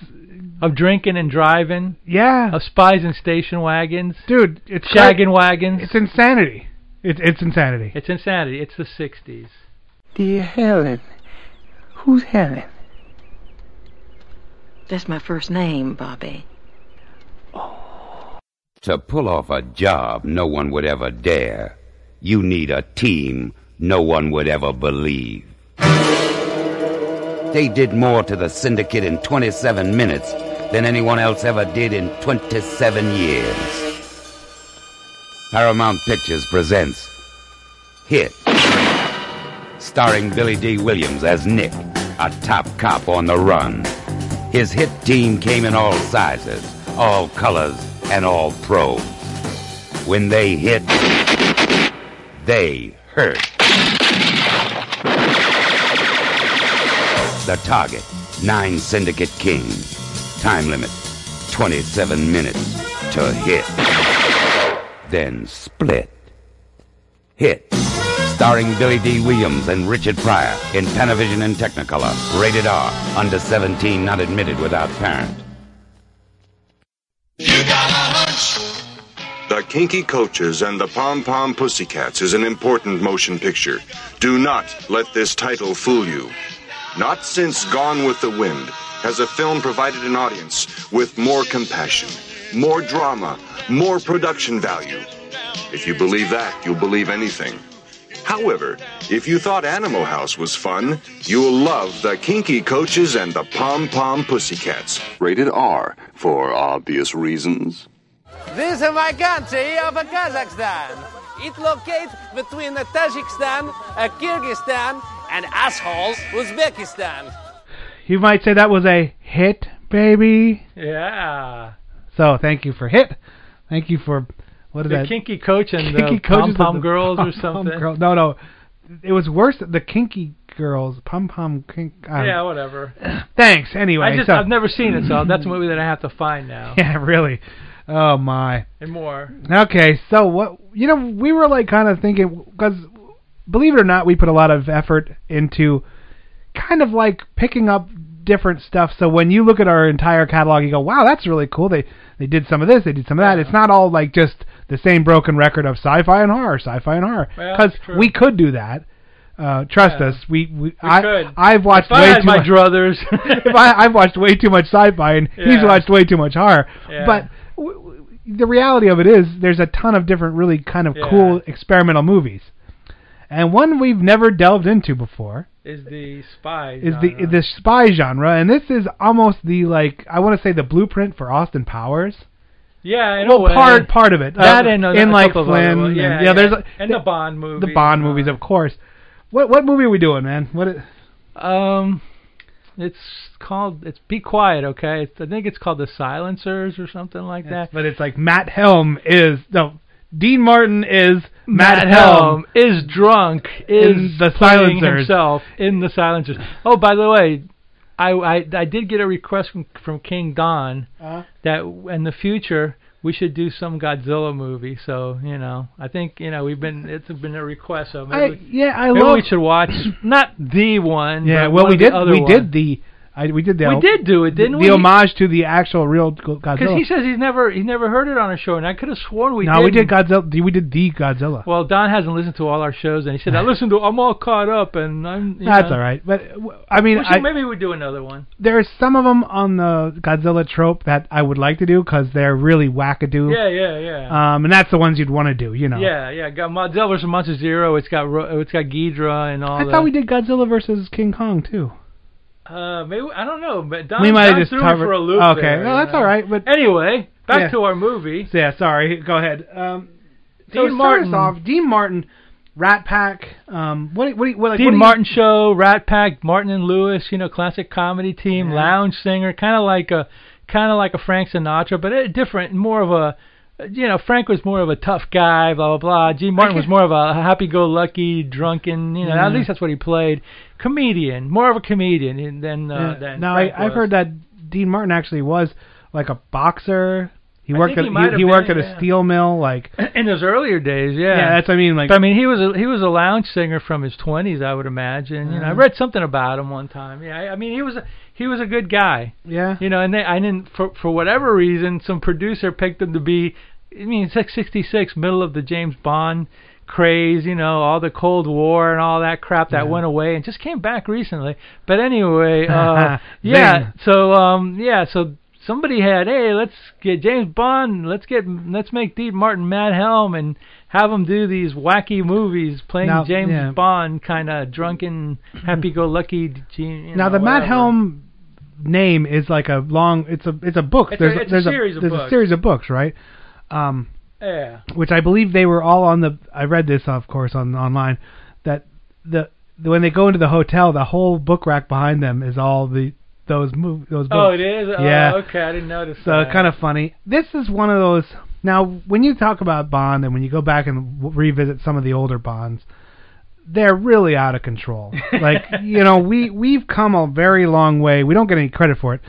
of drinking and driving,
Yeah,
of spies and station wagons,
dude. It's cra-
shagging wagons.
It's insanity. It's it's insanity.
It's insanity. It's the 60s.
Dear Helen. Who's Helen?
That's my first name, Bobby.
To pull off a job no one would ever dare, you need a team no one would ever believe. They did more to the syndicate in 27 minutes than anyone else ever did in 27 years. Paramount Pictures presents Hit, starring Billy D. Williams as Nick, a top cop on the run. His hit team came in all sizes, all colors, and all pros. When they hit, they hurt. The target, nine syndicate kings. Time limit, 27 minutes to hit. Then split. Hit. Starring Billy D. Williams and Richard Pryor in Panavision and Technicolor. Rated R. Under 17, not admitted without parent.
The Kinky Coaches and the Pom Pom Pussycats is an important motion picture. Do not let this title fool you. Not since Gone with the Wind has a film provided an audience with more compassion, more drama, more production value. If you believe that, you'll believe anything. However, if you thought Animal House was fun, you'll love the Kinky Coaches and the Pom Pom Pussycats. Rated R for obvious reasons.
This is my country of Kazakhstan. It locates between Tajikistan, Kyrgyzstan, and assholes Uzbekistan.
You might say that was a hit, baby.
Yeah.
So thank you for hit. Thank you for what is
the
that?
kinky coach and
Kinky
the
coaches
pom
of
pom
the
girls or
Pom Pom
something.
Girl. No, no. It was worse. than The kinky girls, pom pom kink. I don't-
Yeah, whatever.
Thanks. Anyway,
I just
so,
I've never seen it, so that's a movie that I have to find now.
Yeah, really. Oh my.
And more.
Okay, so what? You know, we were like kind of thinking because, believe it or not, we put a lot of effort into kind of like picking up different stuff. So when you look at our entire catalog, you go, "Wow, that's really cool." They they did some of this, they did some of that. It's not all like just the same broken record of sci-fi and horror, sci-fi and horror.
Well,
Because
true.
we could do that. Uh, trust us, we, we, I
could.
I've watched
If I
way
had
too
my
much
druthers.
if I, I've watched way too much sci-fi and he's
Yeah.
watched way too much horror.
Yeah.
But w- w- the reality of it is, there's a ton of different, really kind of
Yeah.
cool experimental movies. And one we've never delved into before
Is the spy?
is the
genre.
the spy genre, and this is almost the like I want to say the blueprint for Austin Powers.
yeah, in a
well,
way.
part part of it.
That
Uh,
and a-
in
a
like
couple of
Flynn,
other-
and,
yeah,
yeah,
yeah.
There's a-
And the Bond
the
movies uh,
Bond
and all
movies,
that.
of course. What what movie are we doing, man? What? i-
Um, it's called. It's be quiet, okay? It's, I think it's called the Silencers or something like that.
But it's like Matt Helm is no, Dean Martin is Matt,
Helm is drunk, is
In the
playing
Silencers.
himself in the silencers. Oh, by the way, I, I I did get a request from from King Don
Uh-huh.
that in the future we should do some Godzilla movie. So you know, I think you know we've been it's been a request. So maybe,
I,
we-
yeah, I
maybe
love.
we should watch not the one.
yeah,
but
well,
one
we
of the
did.
Other
We
one.
did the. I, we did the.
We did do it, didn't
the
we?
homage to the actual real Go-
Because
Godzilla.
he says he's never he's never heard it on a show, and I could have sworn we
no,
did.
we did Godzilla. We did the Godzilla.
Well, Don hasn't listened to all our shows, and he said I listened to. I'm all caught up, and I'm. you
That's
know.
all right, but uh, w- I mean,
We should-
I,
maybe we do another one.
there's some of them on the Godzilla trope that I would like to do because they're really wackadoo.
Yeah, yeah, yeah.
Um, and that's the ones you'd want to do, you know.
Yeah, yeah. Got Godzilla versus Monster Zero. It's got Ro- it's got Ghidra and all.
I
the,
thought we did Godzilla versus King Kong too.
Uh, maybe I don't know, but Don,
we might
Don
have just
threw
covered.
me for a loop.
okay,
there,
no,
you
that's
know.
all right. But
Anyway, back
Yeah.
to our movie.
yeah, sorry. Go ahead. Um, so start
Dean Martin.
us off. Dean Martin, Rat Pack. Um, what? What? what like, what do
Dean
you-
Martin show, Rat Pack, Martin and Lewis. You know, classic comedy team,
Yeah.
lounge singer, kind of like a kind of like a Frank Sinatra, but eh, different, more of a. You know, Frank was more of a tough guy, blah blah blah. Gene Martin was
can't-
more of a happy-go-lucky, drunken. You know,
Yeah.
at least that's what he played. comedian, more of a comedian in- than uh,
Yeah.
than.
now
Frank
I, I've
was.
heard that Dean Martin actually was like a boxer. He
I
worked
think
at
he might have
worked
been,
at
yeah.
a steel mill. Like
in his earlier days. Yeah,
Yeah, that's what I mean, like-
But, I mean, he was a, he was a lounge singer from his twenties, I would imagine. You know, I
Mhm.
read something about him one time. Yeah, I, I mean, he was a, he was a good guy.
Yeah.
You know, and they I didn't for for whatever reason, some producer picked him to be. I mean, it's like '66, middle of the James Bond craze. You know, all the Cold War and all that crap that went away and just came back recently. But anyway, uh, yeah.
Bing.
So um yeah, so somebody had, hey, let's get James Bond, let's get let's make Dean Martin Mad Helm and have him do these wacky movies playing
Now,
James
yeah.
Bond kind of drunken happy go lucky you
now
know,
the Matt
whatever.
Helm name is like a long. It's a it's a book.
It's a-
there's
it's a
there's
series of
there's
books.
a series of books, right? Um,
Yeah.
which I believe they were all on the. I read this, of course, on online that the when they go into the hotel, the whole book rack behind them is all the those move those books.
Oh, it is.
Yeah.
Oh, okay, I didn't notice
So
that.
kind of funny. This is one of those. Now, when you talk about Bond and when you go back and w- revisit some of the older Bonds, they're really out of control. like you know, we we've come a very long way. We don't get any credit for it,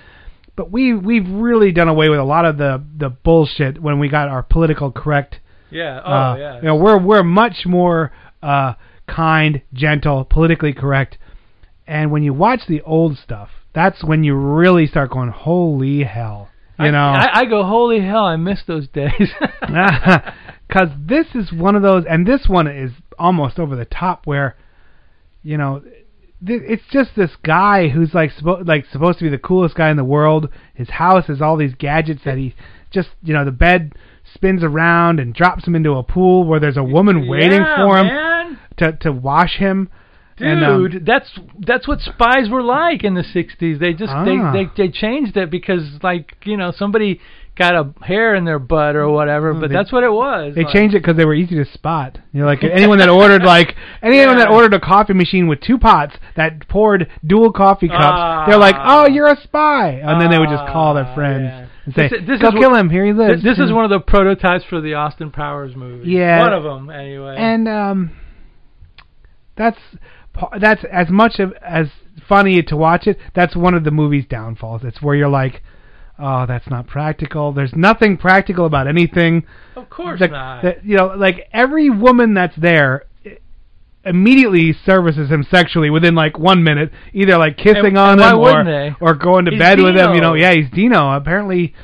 but we we've really done away with a lot of the the bullshit when we got our political correct.
Yeah. Oh,
uh,
yeah.
You know, we're we're much more uh, kind, gentle, politically correct. And when you watch the old stuff, that's when you really start going, "Holy hell!" You know,
I, I go, holy hell, I miss those days.
because this is one of those, and this one is almost over the top. Where, you know, th- it's just this guy who's like suppo- like supposed to be the coolest guy in the world. His house has all these gadgets that he just, you know, the bed spins around and drops him into a pool where there's a woman waiting
Yeah,
for him
man.
to to wash him.
Dude,
and, um,
that's that's what spies were like in the '60s. They just
Ah.
they, they they changed it because like you know somebody got a hair in their butt or whatever. But
Mm, they-
that's what it was.
They
like-
changed it because they were easy to spot. You know, like anyone that ordered like anyone that
Yeah.
ordered a coffee machine with two pots that poured dual coffee cups,
Ah.
they're like, "Oh, you're a spy," and then they would just call their friends and say,
This- this
"Go
is
kill
what-
him. Here he
thi-
lives."
This, is one of the prototypes for the Austin Powers movie.
Yeah.
one of them anyway.
And um, that's pa- that's as much of as funny to watch it. That's one of the movie's downfalls. It's where you're like, "Oh, that's not practical. There's nothing practical about anything."
of course
the-
not.
the- you know, like every woman that's there i- immediately services him sexually within like one minute, either like kissing
And-
on
and why
him or,
wouldn't they?
or going to
He's
bed with him. You
Dino.
know, yeah, he's Dino. Apparently,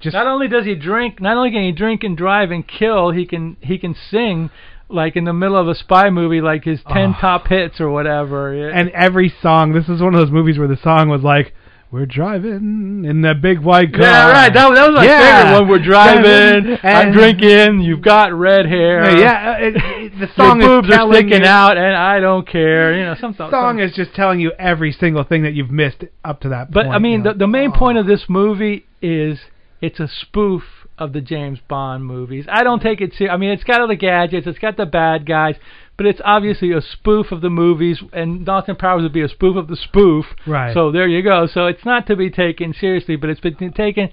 just
not only does he drink, not only can he drink and drive and kill, he can he can sing like in the middle of a spy movie, like his ten top hits or whatever. Yeah.
Ah. and every song. This is one of those movies where the song was like. We're driving in that big white car.
Yeah, right. That, that was my
Yeah.
favorite one. We're driving, I'm
And-
drinking, you've got red hair.
Yeah, it- it- the song is
Your boobs are
telling
sticking
you-
out, and I don't care. You know, some
The song is just telling you every single thing that you've missed up to that
But
point. Oh.
I mean,
you know.
the, the main point of this movie is it's a spoof of the James Bond movies. I don't take it ser I mean, it's got all the gadgets, it's got the bad guys, but it's obviously a spoof of the movies, and Dalton Powers would be a spoof of the spoof.
Right.
So there you go. So it's not to be taken seriously, but it's been taken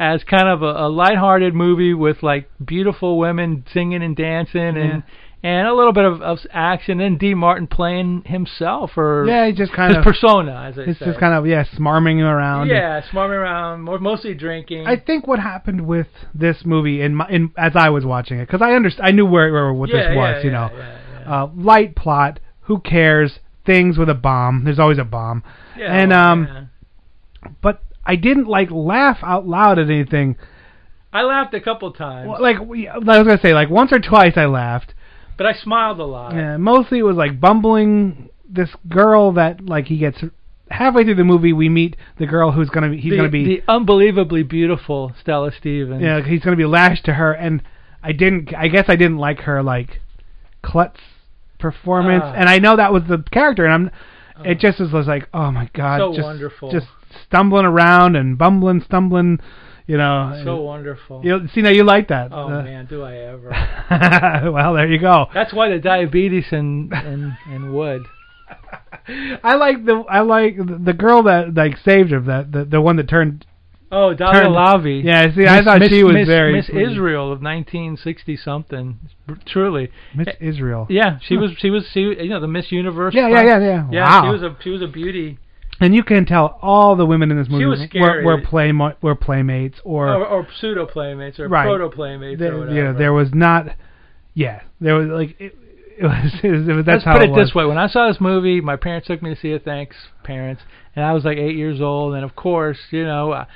as kind of a, a lighthearted movie with like beautiful women singing and dancing and. And a little bit of, of action, and D. Martin playing himself, or
Yeah, he just kind
his
of-
persona, as I
it's
say.
just kind of yeah, smarming him around.
Yeah, smarming around, mo- mostly drinking.
I think what happened with this movie in my in as I was watching it because I underst- I knew where, where what
Yeah,
this was,
yeah,
you
yeah,
know, Uh, light plot. Who cares? Things with a bomb. There's always a bomb.
Yeah,
and
well,
um, but I didn't like laugh out loud at anything.
I laughed a couple times,
Well, Like we- I was gonna say, like once or twice I laughed.
but I smiled a lot.
Yeah, mostly it was like bumbling this girl that like he gets halfway through the movie we meet the girl who's gonna be he's
the,
gonna be
the unbelievably beautiful Stella Stevens.
Yeah, he's going to be lashed to her, and I didn't. I guess I didn't like her like klutz performance,
Ah.
and I know that was the character, and I'm. It just was, was like, oh my god,
So
just,
wonderful.
just stumbling around and bumbling, stumbling, you know.
so wonderful.
and You see now you like that.
oh
Uh,
man, do I ever?
well, there you go.
That's why the diabetes and and and wood.
I like the I like the the girl that like saved him, that the the one that turned
Oh, Dahlia
turned-
Lavi.
Yeah, see, I thought
Miss,
she was
Miss,
very
Miss
pretty.
Israel of 1960 something. Truly,
Miss Israel.
Yeah, she
Huh.
was. She was. She, you know, the Miss Universe.
Yeah, yeah,
front.
yeah, yeah.
Yeah, she
Wow.
was a. She was a beauty.
And you can tell all the women in this movie
was
were,
scary. Oh,
were play were playmates or
or, or pseudo playmates or
Right.
proto playmates
there,
or whatever.
you know, there was not. Yeah, there was like it, it was. It was that's
Let's
how
put
it,
it,
was.
this way: when I saw this movie, my parents took me to see it. Thanks, parents. And I was like eight years old, and of course, you know, I,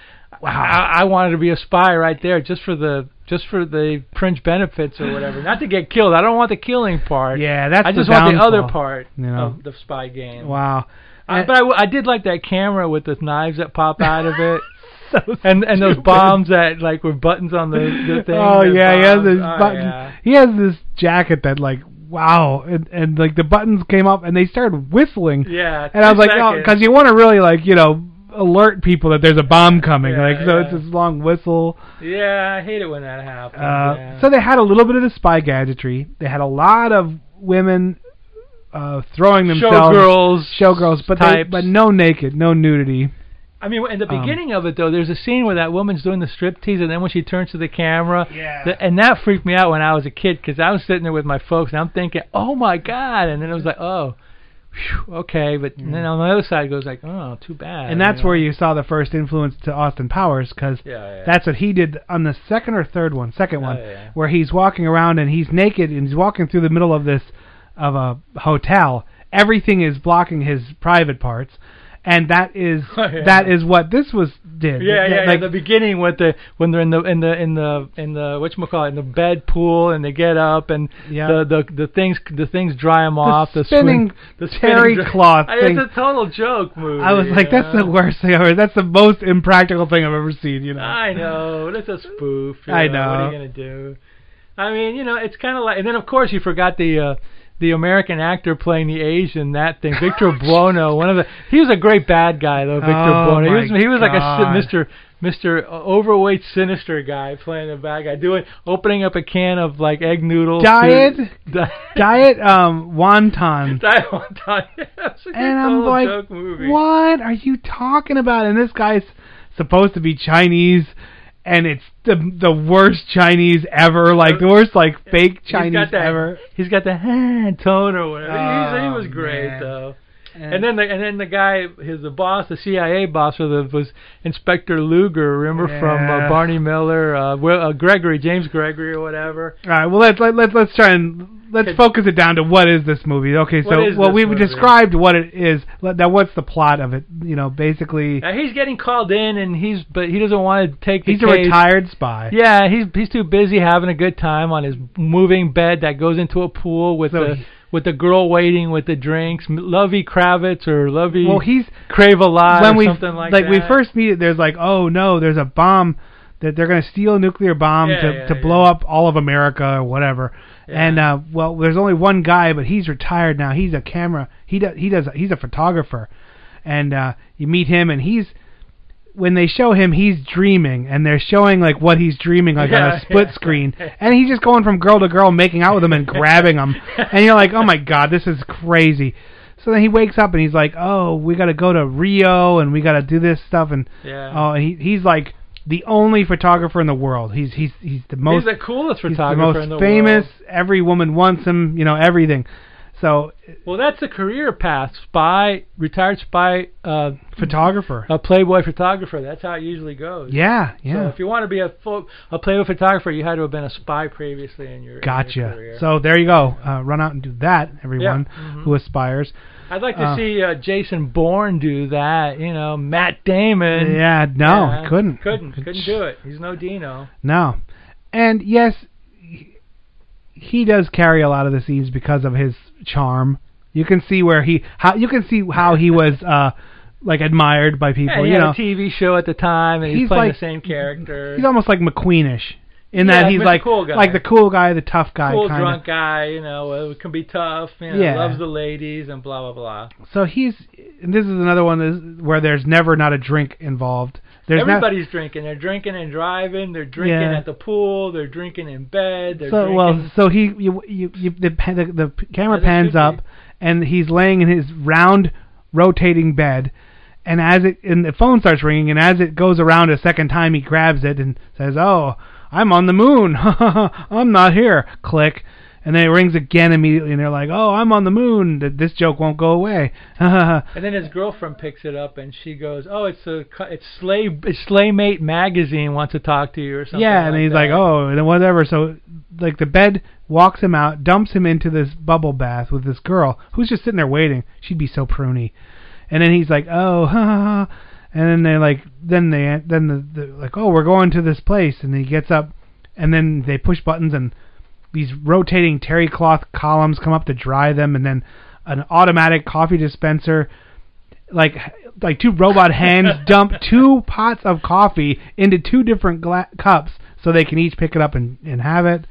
I, I wanted to be a spy right there, just for the just for the fringe benefits or whatever. Not to get killed. I don't want the killing part.
Yeah, that's
I
the
just want the other
downfall,
part
you know.
of the spy game.
Wow.
I,
And-
but I, w- I did like that camera with the knives that pop out of it.
So
and and those
stupid.
bombs that like were buttons on the, the thing.
Oh
the
yeah, he has
bombs.
this
Oh,
button.
yeah.
He has this jacket that like wow, and, and like the buttons came up and they started whistling.
Yeah,
and I
two
was like, "Oh, no,
seconds.
because you want to really like you know alert people that there's a bomb coming. like so, it's this long whistle.
Yeah, I hate it when that happens.
Uh,
yeah.
So they had a little bit of the spy gadgetry. They had a lot of women uh, throwing themselves
Showgirls
showgirls, but they,
types.
but no naked, no nudity.
I mean, in the
Um,
beginning of it though, there's a scene where that woman's doing the striptease, and then when she turns to the camera, yeah, and that freaked me out when I was a kid because I was sitting there with my folks, and I'm thinking, oh my god, and then it was like, oh, phew, okay, but then on the other side it goes like, oh, too bad,
and that's
you know.
where you saw the first influence to Austin Powers because
Yeah, yeah.
that's what he did on the second or third one, second one,
yeah.
where he's walking around and he's naked and he's walking through the middle of this of a hotel. Everything is blocking his private parts, and that is
Oh, yeah.
that is what this was did.
Yeah, yeah, yeah.
like-
the beginning with the when they're in the in the in the in the what you call it in the bed pool and they get up and
Yeah.
the, the the things the things dry them off. The
spinning
swing, the
terry
dry-
cloth
I- It's
thing.
a total joke movie.
I was like,
you
that's the
know?
worst thing ever. That's the most impractical thing I've ever seen. You know.
I know, but it's a spoof. you
I
What
know.
are you gonna do? I mean, you know, it's kind of like, and then of course you forgot the. uh the American actor playing the Asian, that thing, Victor Buono, one of the, he was a great bad guy though, Victor
Oh,
Buono. He
my
was, he was like
God.
a si- Mr. Mr. overweight sinister guy playing a bad guy, doing opening up a can of like egg noodles. to-
Diet,
Di-
diet, um, wonton.
diet one time. Yeah, it's a
and I'm
total
like,
joke movie.
what are you talking about? And this guy's supposed to be Chinese, and it's the the worst Chinese ever, like the worst like fake
He's got
Chinese
that-
ever.
He's got the hand tone or whatever. He's- he
Oh,
was great
man.
though.
And-
And, then the and then the guy, his the boss, the CIA boss, or the was Inspector Luger. Remember from
Yeah.
uh, Barney Miller, uh, Will, uh, Gregory, James Gregory, or whatever.
All right, well let's let, let, let's try and let's
Okay.
focus it down to what is this movie? Okay, so
What is
well
this
we've
movie?
described what it is. Let, now what's the plot of it? You know, basically
Uh, he's getting called in, and he's but he doesn't want to take. The
he's a
case.
retired spy.
Yeah, he's he's too busy having a good time on his moving bed that goes into a pool with
So
the
he-
with the girl waiting with the drinks, M- Lovey Kravitz or Lovey
Well, he's
Crave a lot
when
or
we
uh, something like, that.
we first meet it, there's like oh no there's a bomb that they're going to steal a nuclear bomb
Yeah,
to
yeah,
to
yeah.
blow up all of America or whatever and uh well there's only one guy but he's retired now he's a camera he does he does he's a photographer and uh you meet him and he's when they show him he's dreaming and they're showing like what he's dreaming like on
Yeah,
a split
yeah.
screen and he's just going from girl to girl making out with them and grabbing them and you're like oh my god this is crazy so then he wakes up and he's like oh we got to go to Rio and we got to do this stuff and
Yeah.
oh and he he's like the only photographer in the world he's he's he's the most
he's the coolest
he's
photographer
most
in the
famous
world.
every woman wants him you know everything so
Well, that's the career path: spy, retired spy, uh,
photographer
a Playboy photographer. That's how it usually goes.
yeah yeah
So if you want to be a pho- a Playboy photographer, you had to have been a spy previously in your in your
Gotcha.
career. Mm-hmm.
So there you go. Uh, run out and do that, everyone who aspires.
I'd like to
Uh,
see uh, Jason Bourne do that. You know, Matt Damon.
Yeah, no, he couldn't.
Couldn't. Couldn't do it. He's no Dino.
No. And yes, he- he does carry a lot of the scenes because of his charm. You can see where he how you can see how he was uh like admired by people,
yeah, he
you
had
know.
a TV show at the time, and he's,
He's
playing
like-
the same character.
He's almost like McQueenish in
Yeah,
that
like
he's
Mr.
like
Cool Guy.
like the cool guy, the tough guy
cool
kind of.
drunk guy. You know, uh, can be tough. You know,
Yeah.
loves the ladies and blah blah blah.
So he's and this is another one that's- where there's never not a drink involved. There's not-
Everybody's drinking. They're drinking and driving. They're drinking
Yeah.
at the pool. They're drinking in bed. They're
so
drinking.
well, so he you you, you the, pa- the the p- camera
As it
pans
should
up, and he's laying in his round rotating bed, and as it and the phone starts ringing, and as it goes around a second time, he grabs it and says, "Oh, I'm on the moon. I'm not here." Click, and then it rings again immediately, and they're like, "Oh, I'm on the moon. Th- This joke won't go away."
And then his girlfriend picks it up and she goes, "Oh, it's a cu- it's Slay it's Slaymate magazine wants to talk to you or something."
Yeah, and
like
he's
that.
like, oh, and whatever. So, like, the bed walks him out, dumps him into this bubble bath with this girl who's just sitting there waiting. She'd be so pruny. And then he's like, oh, ha, ha, ha. And then they like, then they, then the, the like, oh, we're going to this place. And he gets up, and then they push buttons, and these rotating terry cloth columns come up to dry them, and then an automatic coffee dispenser like like two robot hands dump two pots of coffee into two different gla- cups so they can each pick it up and, and have it.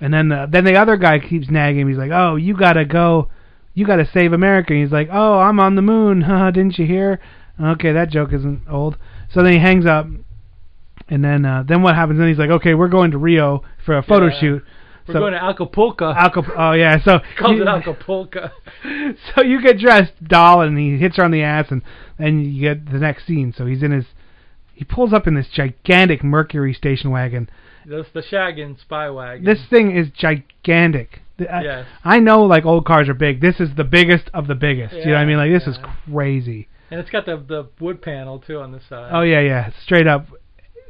And then the, then the other guy keeps nagging. him. He's like, "Oh, you gotta go, you gotta save America." And he's like, "Oh, I'm on the moon. Haha, Didn't you hear?" Okay, that joke isn't old. So then he hangs up. And then uh, then what happens? Then he's like, "Okay, we're going to Rio for a photo
Yeah.
shoot."
We're
So-
going to Acapulco.
Acap- oh yeah, so
Calls
you-
it Acapulco.
so you get dressed doll and he hits her on the ass and and you get the next scene so he's in his he pulls up in this gigantic mercury station wagon
That's the Shaggin spy wagon.
this thing is gigantic The- I,
Yes.
I know like old cars are big this is the biggest of the biggest you know what i
Yeah,
mean like this is crazy
and it's got the the wood panel too on the side.
oh yeah yeah straight up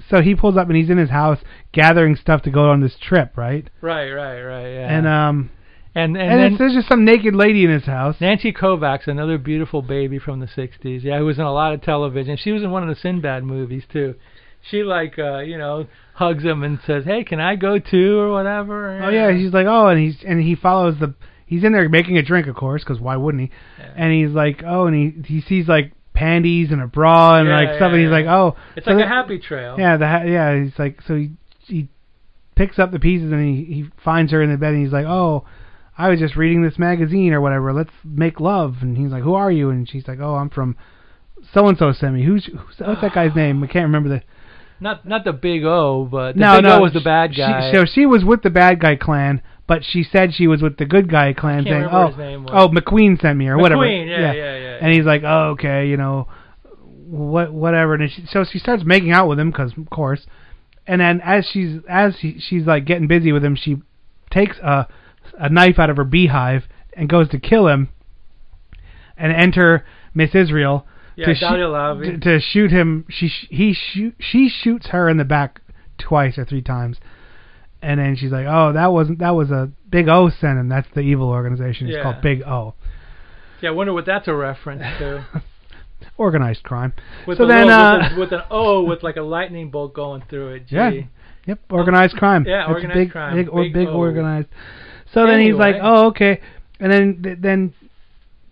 so he pulls up and he's in his house gathering stuff to go on this trip right
Right, right, right. Yeah.
and um
and
and,
then
it's, there's just some naked lady in his house
Nancy Kovacs, another beautiful baby from the 60s. Yeah, who was in a lot of television. She was in one of the Sinbad movies too. She like uh, you know hugs him and says, "Hey, can I go too?" or whatever.
Oh yeah, he's like, oh, and he's and he follows the. He's in there making a drink, of course, 'cause why wouldn't he? And he's like, oh, and he he sees like panties and a bra and
Yeah,
like stuff,
yeah,
and he's
yeah.
like, oh,
It's
So
like a
that-
happy trail.
Yeah, the ha- yeah, he's like, so he he picks up the pieces and he he finds her in the bed, and he's like, oh, I was just reading this magazine or whatever. Let's make love, and he's like, who are you? And she's like, oh, I'm from so and so sent me. Who's who's what's that guy's name? I can't remember the.
Not not the Big O, but the
no,
Big
no,
O was the bad
she-
guy.
so she was with the bad guy clan, but she said she was with the good guy clan,
can't
saying,
remember
"Oh,
his name was.
oh, McQueen sent me or whatever."
McQueen, yeah, yeah, yeah,
And he's like, "Oh, okay, you know, what, whatever." And she, so she starts making out with him, cause of course. And then as she's as she, she's like getting busy with him, she takes a a knife out of her beehive and goes to kill him. And enter Miss Israel
Yeah,
to, shoo-
Dahlia Lavi.
to, to shoot him. She sh- he shoot she shoots her in the back twice or three times, and then she's like, "Oh, that wasn't that was a Big O sent him. That's the evil organization. It's
Yeah.
called Big O,
yeah, I wonder what that's a reference to.
organized crime."
With
so
a
then,
little-
uh,
with, a- with an O with like a lightning bolt going through it. Gee.
yeah, yep, organized crime.
Oh, Yeah,
That's a
organized
big,
crime.
big, or,
Big
big
O.
organized. So then he's like,
Anyway.
"Oh, okay," and then th- then.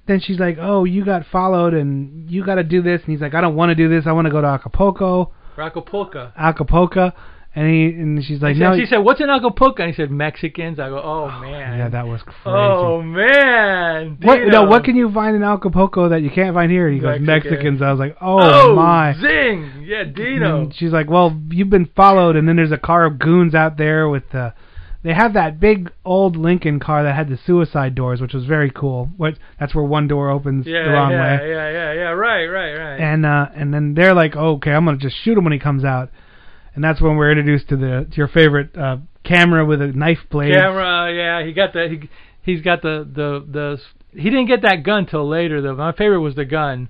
Then she's like, "Oh, you got followed, and you got to do this." And he's like, "I don't want to do this. I want to go to Acapulco."
Acapulco.
Acapulco, and he and she's like,
She,
no,
she said, "What's in Acapulco?" And he said, "Mexicans." I go, "Oh man."
yeah, that was crazy.
Oh man.
what,
Dino.
no, what can you find in Acapulco that you can't find here? And he goes,
Mexican.
Mexicans. I was like, oh,
Oh,
my. Mm,
Zing! Yeah, Dino.
And she's like, well, you've been followed, and then there's a car of goons out there with the. They have that big old Lincoln car that had the suicide doors, which was very cool. What that's where one door opens
Yeah,
the wrong
yeah,
way.
yeah, yeah, yeah. Right, right, right.
and uh and then they're like oh, okay i'm gonna just shoot him when he comes out and that's when we're introduced to the to your favorite uh camera with a knife blade
camera. Yeah, he got the he, he's got the the the he didn't get that gun till later though. My favorite was the gun.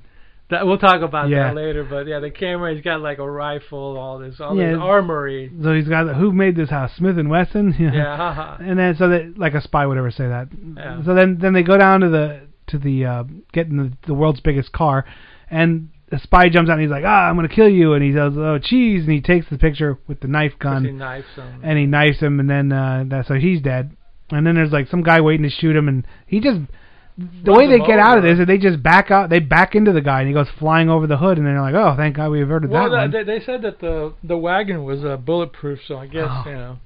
That we'll talk about
Yeah.
that later. But yeah, the camera. He's got like a rifle, all this, all
Yeah.
this armory.
so he's got the, who made this house smith and wesson
Yeah, haha.
and then so that like a spy would ever say that
Yeah.
so then then they go down to the to the uh getting the, the world's biggest car and the spy jumps out and he's like ah i'm gonna kill you and he does oh cheese and he takes the picture with the knife gun
He knifes him.
and he knifes him, and then uh, that so he's dead. And then there's like some guy waiting to shoot him, and he just the
Runs
way they
him
get out of
over.
this is they just back out, they back into the guy, and he goes flying over the hood, and they're like, oh, thank God we averted
Well,
that one.
the, they, they said that the the wagon was uh, bulletproof, so I
Oh.
guess you know.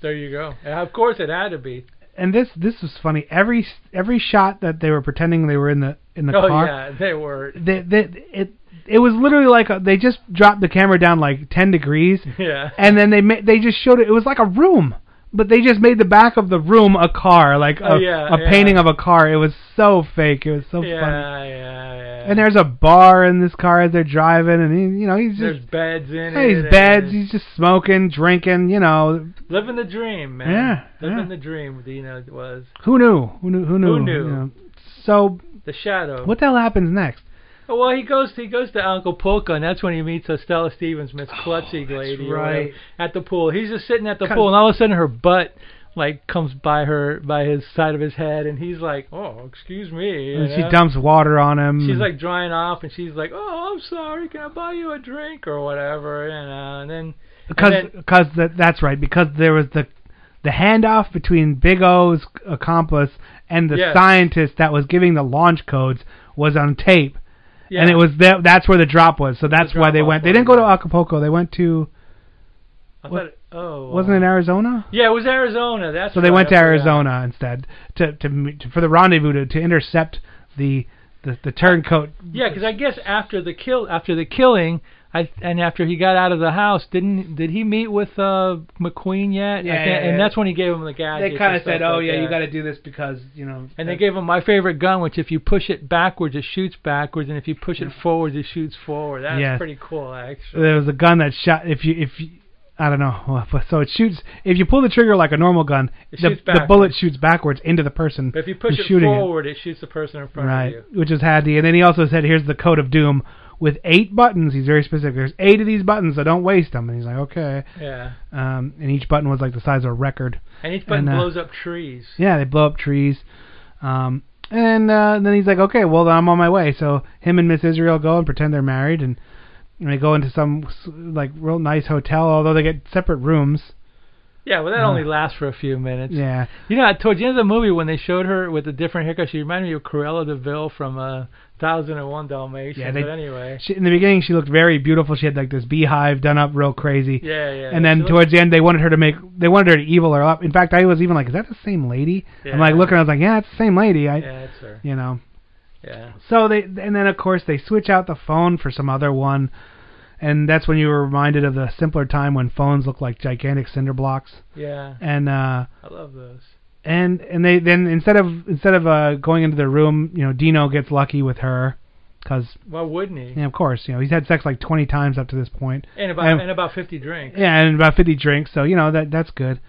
There you go. And of course, it had to be.
and this this was funny. Every every shot that they were pretending they were in the in the
oh
car,
yeah, they were.
they, they, it it was literally like a, they just dropped the camera down like ten degrees,
Yeah.
and then they ma- they just showed it. It was like a room. But they just made the back of the room a car, like a,
Oh, yeah,
a
yeah.
painting of a car. It was so fake. It was so
yeah,
funny.
yeah, yeah.
And there's a bar in this car as they're driving, and he, you know he's
There's
just
beds in
yeah, he's
it.
beds.
and-
He's just smoking, drinking. You know,
Living the dream, man.
Yeah,
Living the dream, you know, it was.
who knew? Who knew? Who knew?
Who knew?
you know. So
The shadow.
what the hell happens next?
Oh, well, he goes he goes to Uncle Polka, and that's when he meets Estella Stevens, Miss Klutzy lady, or whatever,
Oh, right.
at the pool. He's just sitting at the
Cut.
pool, and all of a sudden her butt like comes by her by his side of his head, and he's like, "Oh, excuse me." you
And she
know?
dumps water on him.
She's like drying off, and she's like, "Oh, I'm sorry. Can I buy you a drink or whatever?" You know, and then
because
and then,
because that that's right because there was the the handoff between Big O's accomplice and the
Yes.
scientist that was giving the launch codes was on tape,
yeah,
and it was that that's where the drop was. So that's why they
drop-off
went. They
was,
didn't go to
yeah.
Acapulco. They went to
I thought, oh,
wasn't it Arizona?
Yeah, it was Arizona. That's
So they
right,
went to
I forgot.
Arizona instead to, to meet- to for the rendezvous to, to intercept the the, the turncoat.
Yeah, because I guess after the kill, after the killing, I and after he got out of the house, didn't did he meet with uh McQueen yet?
Yeah,
I can't-
yeah, yeah.
and that's when he gave him the gadget.
"Oh, got to do this because you know."
And they gave him my favorite gun, which if you push it backwards, it shoots backwards, and if you push it forwards, it shoots forward. That's
Yes.
pretty cool, actually.
there was a gun that shot if you if you, I don't know so it shoots if you pull the trigger like a normal gun
It
the,
shoots
the bullet
backwards.
shoots backwards into the person
But if you push
who's
it
shooting
forward, it. shoots the person in
it
front
right
of you.
which is Hadley and then he also said here's the code of doom with eight buttons he's very specific there's eight of these buttons so don't waste them and he's like okay
Yeah.
um, and each button was like the size of a record
And each button
And, uh,
blows up trees.
yeah they blow up trees um, and uh, then he's like okay well then I'm on my way so him and Miss Israel go and pretend they're married and and they go into some s- like real nice hotel although they get separate rooms
Yeah, well, that
uh,
only lasts for a few minutes.
Yeah,
You know, towards the end of the movie, when they showed her with a different haircut, she reminded me of Cruella de Vil from uh, Thousand and One Dalmatians.
Yeah, they-
but anyway,
she, in the beginning she looked very beautiful. She had like this beehive done up real crazy.
Yeah, yeah,
And
yeah,
then
she
towards the end they wanted her to make they wanted her to evil her up. In fact, I was even like, is that the same lady? I'm like
Yeah.
looking, I was like, yeah, it's the same lady. I,
yeah, that's her.
you know.
Yeah,
So they and then of course they switch out the phone for some other one, and that's when you were reminded of the simpler time when phones looked like gigantic cinder blocks.
yeah,
And uh,
I love those.
and and they then instead of instead of uh, going into their room, you know, Dino gets lucky with her. Cause
Why wouldn't he?
yeah, of course, you know he's had sex like 20 times up to this point.
And about
And-
and, about fifty drinks.
Yeah, and about 50 drinks, so you know that that's good.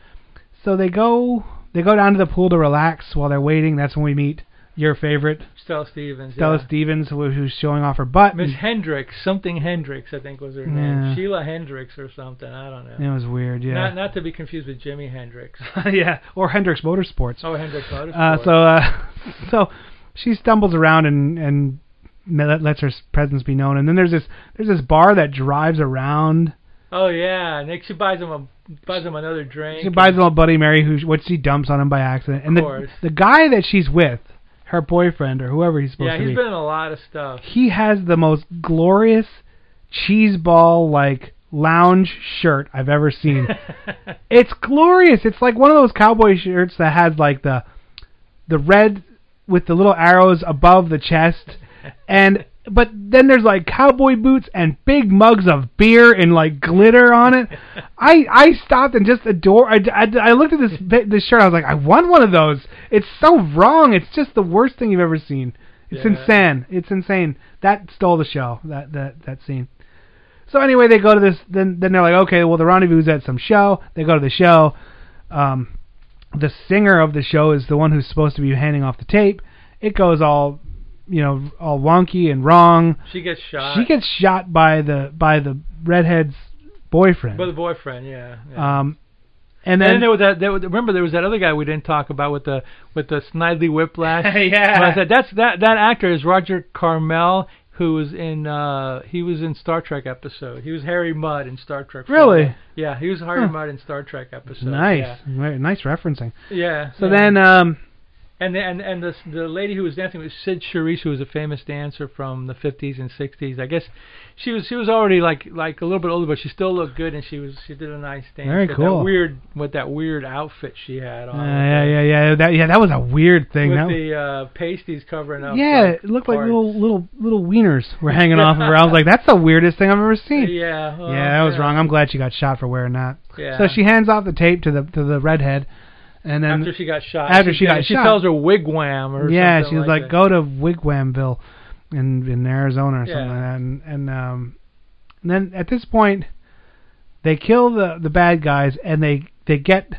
So they go they go down to the pool to relax while they're waiting. That's when we meet your favorite
Stella Stevens.
Stella
yeah.
Stevens, who, who's showing off her butt.
Miss
and-
Hendricks, something Hendricks, I think was her
Yeah.
name. Sheila Hendricks or something. I don't know.
It was weird,
Not
yeah,
not to be confused with Jimi Hendrix.
yeah, or Hendrix Motorsports.
Oh, Hendrix.
Uh, so uh, so she stumbles around and and let, lets her s- presence be known. And then there's this there's this bar that drives around.
Oh yeah, Nick. She buys him a buys him another drink.
She buys a little Buddy Mary, who what she dumps on him by accident. And
Of
the
course.
the guy that she's with, her boyfriend or whoever he's supposed
Yeah,
to be.
he's been in a lot of stuff.
he has the most glorious cheese ball like lounge shirt I've ever seen. it's glorious. It's like one of those cowboy shirts that has like the the red with the little arrows above the chest and but then there's like cowboy boots and big mugs of beer and like glitter on it. I I stopped and just adore. I, I, I looked at this bi- this shirt. I was like, I want one of those. It's so wrong. It's just the worst thing you've ever seen. It's
Yeah.
insane. It's insane. That stole the show. That that that scene. So anyway, they go to this. Then then they're like, okay, well the rendezvous is at some show. They go to the show. Um, the singer of the show is the one who's supposed to be handing off the tape. It goes all, you know, all wonky and wrong.
She gets shot.
She gets shot by the by the redhead's boyfriend.
by the boyfriend. Yeah. yeah.
Um, and
Uh, and
then,
then, there was that. There was, remember, there was that other guy we didn't talk about with the with the Snidely Whiplash.
Yeah.
Well, I said, that's that that actor is Roger Carmel, who was in uh he was in Star Trek episode. He was Harry Mudd in Star Trek. four.
Really?
Yeah, he was Harry
Huh.
Mudd in Star Trek episode.
nice,
Yeah.
Very nice referencing.
Yeah,
So
yeah.
then, um,
And the, and and the the lady who was dancing was Sid Charisse, who was a famous dancer from the 50s and 60s. I guess she was she was already like like a little bit older, but she still looked good, and she was she did a nice dance.
Very
with
cool.
That weird with that weird outfit she had
Uh,
on.
yeah, yeah, yeah. That yeah, that was a weird thing.
Oh, with
that
the uh, pasties covering up.
yeah,
like,
it looked like
parts.
little little little wieners were hanging off of her. I was like, that's the weirdest thing I've ever seen.
Yeah, well,
yeah, that was
yeah.
wrong. I'm glad she got shot for wearing that.
Yeah.
So she hands off the tape to the to the redhead, and then
after she got shot.
after she got
she
shot.
tells her wigwam or
yeah,
something
she was
like,
like, go to Wigwamville, in in Arizona or
Yeah.
something like that, and and um, and then at this point, they kill the the bad guys, and they they get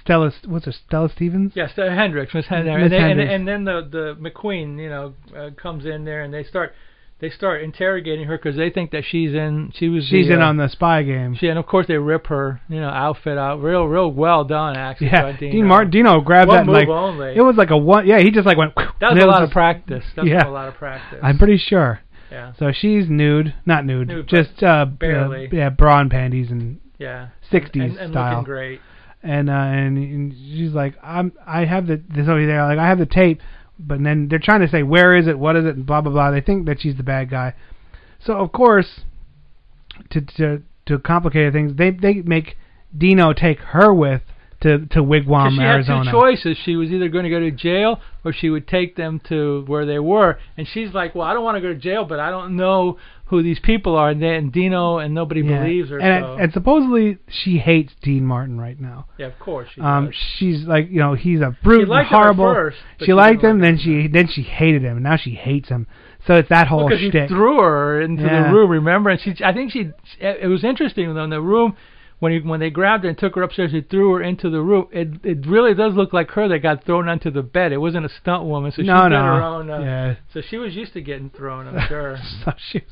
Stella. What's her Stella Stevens?
Yes, uh, Hendricks, Miss Hendricks,
Miss
and, they- and,
Hendricks.
and then the the McQueen, you know, uh, comes in there and they start they start interrogating her because they think that she's in she was
She's
the,
in
uh,
on the spy game.
she and of course they rip her you know outfit out real real well done actually by
Yeah,
Dino.
Dean Martin Dino grabbed
One
that and
move
like
only.
it was like a one. Yeah, he just like went.
That was a
nailed
lot
it.
of practice. That was
yeah,
a lot of practice.
I'm pretty sure.
Yeah.
So she's nude, not nude,
Nude, but
just uh,
barely.
uh, yeah, bra and panties and
yeah
60s
and, and
style.
looking great.
And uh, and and she's like, I'm I have the this over there, like I have the tape, but then they're trying to say where is it, what is it, and blah blah blah. They think that she's the bad guy. So of course, to to to complicate things, they they make Dino take her with to to Wigwam,
'Cause she
Arizona.
had two choices. She was either going to go to jail or she would take them to where they were. And she's like, "Well, I don't want to go to jail, but I don't know who these people are." And then Dino and nobody
Yeah.
believes her.
And,
so.
and supposedly she hates Dean Martin right now.
yeah, of course. She
Um,
does.
she's like, you know, he's a brute, and
liked him at
horrible.
first, but
she
she
liked
didn't
him, then she then she hated him, and now she hates him. So it's that whole
because he
shtick.
threw her into
Yeah.
the room. Remember, and she, I think she. It was interesting though in the room when he, when they grabbed her and took her upstairs. They threw her into the room. It it really does look like her that got thrown onto the bed. It wasn't a stunt woman, so she
No,
did
no.
her own. Uh,
Yeah.
So she was used to getting thrown. I'm sure.
so she was,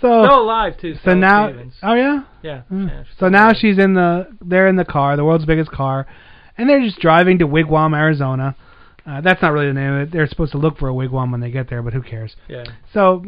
so
Still alive, too,
So
Stella
now,
Stevens.
oh yeah,
Yeah,
Mm.
yeah,
so now she's in the they're in the car, the world's biggest car, and they're just driving to Wigwam, Arizona. Uh, that's not really the name of it. They're supposed to look for a wigwam when they get there, but who cares?
Yeah.
So,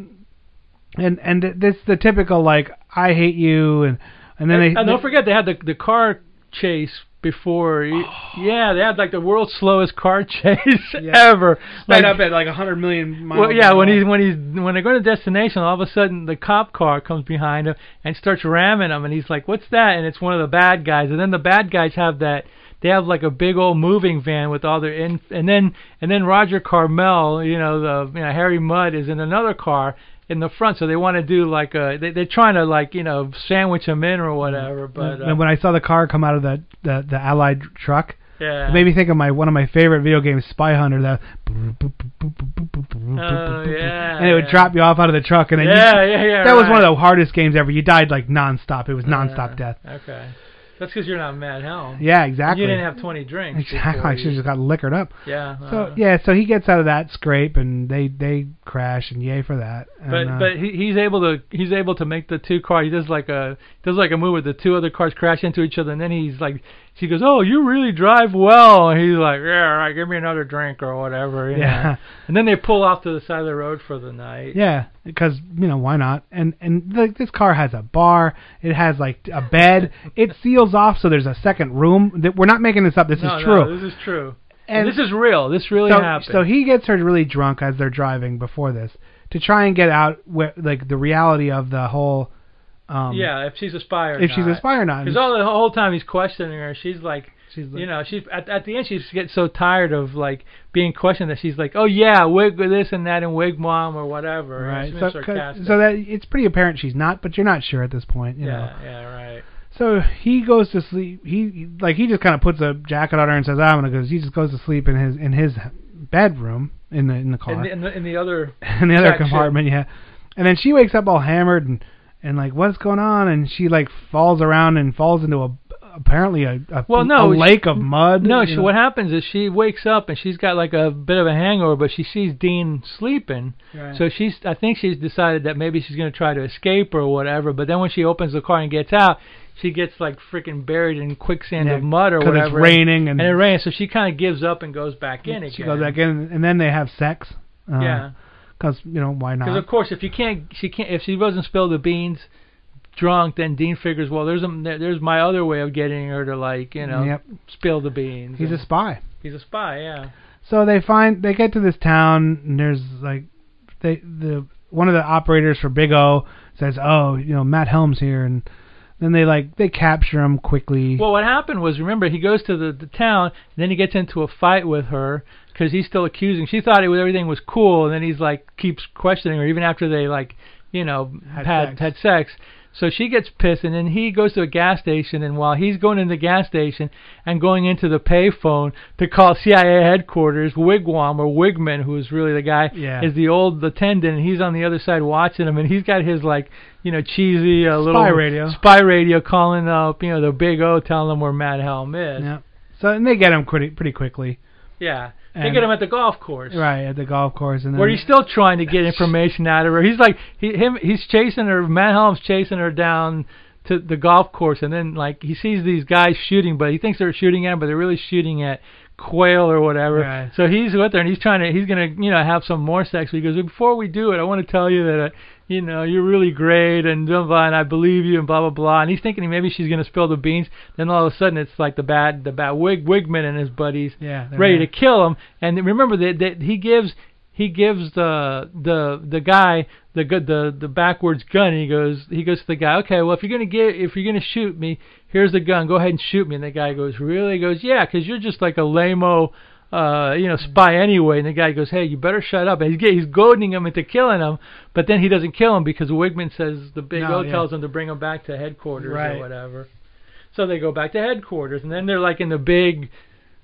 and and th- this the typical like I hate you and and then
and,
they
and Oh, don't forget they had the the car chase before. Yeah, they had like the world's slowest car chase ever.
Sped
Like,
up at like 100 million miles.
well, yeah,
an
when
hour.
he's when he's when they go to destination, all of a sudden the cop car comes behind him and starts ramming him, and he's like, "What's that?" And it's one of the bad guys. And then the bad guys have that they have like a big old moving van with all their in, and then and then Roger Carmel, you know, the you know Harry Mudd is in another car in the front, so they want to do like a they, they're trying to like you know sandwich him in or whatever, but. Uh,
Mm-hmm. and when I saw the car come out of the the, the Allied truck,
uh, Yeah.
it made me think of my one of my favorite video games, Spy Hunter. That
Oh, yeah,
and it would
yeah.
drop you off out of the truck, and then
Yeah,
you,
yeah, yeah,
That was one
right.
of the hardest games ever. You died like nonstop. It was nonstop death.
Okay. That's because you're not mad hell.
Yeah, exactly.
You didn't have 20 drinks.
Exactly.
before
I should have
you-
just got liquored up.
Yeah.
So
uh,
yeah, so he gets out of that scrape, and they they crash, and yay for that. And,
But
uh,
but he, he's able to he's able to make the two cars. He does like a does like a move where the two other cars crash into each other, and then he's like, she goes, "Oh, you really drive well." And he's like, "Yeah, all right, give me another drink or whatever." you know.
Yeah.
And then they pull off to the side of the road for the night.
Yeah, because you know why not? And and like this car has a bar. It has like a bed. it seals off, so there's a second room. That we're not making this up. This
No,
is
no,
true.
this is true.
And-
And, this is real. This really
so,
happened.
so he gets her really drunk as they're driving before this to try and get out wh- like the reality of the whole. Um,
yeah, if she's a spy or
if she's a
not.
spy or not.
Because all the whole time he's questioning her, she's like,
She's like-
you know, she's at, at the end she gets so tired of like being questioned that she's like, oh yeah, wig this and that and wig mom or whatever. you know,
right.
she's
So,
being
'cause-
sarcastic.
so that it's pretty apparent she's not, but you're not sure at this point. You
yeah,
know.
yeah, right.
So he goes to sleep. He like he just kind of puts a jacket on her and says, "I'm gonna go." He just goes to sleep in his in his bedroom in the in the car
In the, in the in the other
in the other
section.
compartment, yeah. And then she wakes up all hammered and and like what's going on? And she like falls around and falls into a apparently a, a
Well, no,
a
she-
lake of mud.
No,
you
she,
know?
what happens is she wakes up and she's got like a bit of a hangover, but she sees Dean sleeping.
Right.
So she's, I think she's decided that maybe she's going to try to escape or whatever. But then when she opens the car and gets out, she gets like freaking buried in quicksand
Yeah,
of mud or
'cause it's
whatever.
raining and-
it rains, so she kind of gives up and goes back in again.
She goes back in and then they have sex. Uh,
Yeah.
Cause you know why
Because
not?
of course, if you can't, she can't. If she doesn't spill the beans drunk, then Dean figures, well, there's a, there- there's my other way of getting her to like, you know,
Yep.
spill the beans.
He's a
And
spy.
he's a spy, yeah.
So they find they get to this town and there's like they the one of the operators for Big O says, "Oh, you know, Matt Helms here." And then they like they capture him quickly.
Well, what happened was, remember, he goes to the, the town, and then he gets into a fight with her because he's still accusing. She thought it was everything was cool, and then he's like keeps questioning her even after they like, you know, had had sex. So she gets pissed, and then he goes to a gas station, and while he's going into the gas station and going into the payphone to call CIA headquarters, Wigwam or Wigman, who is really the guy,
Yeah.
is the old attendant, and he's on the other side watching him, and he's got his like, you know, cheesy uh, little
Spy radio.
spy radio calling up, you know, the Big O, telling them where Matt Helm is.
Yeah. So and they get him pretty pretty quickly.
Yeah. they
And-
get him at the golf course.
Right at the golf course, and then
Where he's still trying to get information out of her. He's like he him he's chasing her. Matt Helm's chasing her down to the golf course, and then like he sees these guys shooting, but he thinks they're shooting at him, but they're really shooting at quail or whatever.
Right.
So he's with her, and he's trying to he's gonna you know have some more sex. He goes before we do it, I want to tell you that. Uh, you know, you're really great, and blah, blah, and I believe you, and blah blah blah. And he's thinking maybe she's gonna spill the beans. Then all of a sudden, it's like the bad, the bad wig, wigman and his buddies,
Yeah, they're
ready
mad.
to kill him. And remember that, that he gives he gives the the the guy the gu- the the backwards gun. And he goes he goes to the guy. Okay, well if you're gonna get if you're gonna shoot me, here's the gun. Go ahead and shoot me. And the guy goes really He goes yeah, 'cause you're just like a lameo. Uh, you know, spy anyway, and the guy goes, "Hey, you better shut up." And he's get- he's goading him into killing him, but then he doesn't kill him because Wigman says the big
No,
O
yeah.
tells him to bring him back to headquarters
Right.
or whatever. So they go back to headquarters, and then they're like in the big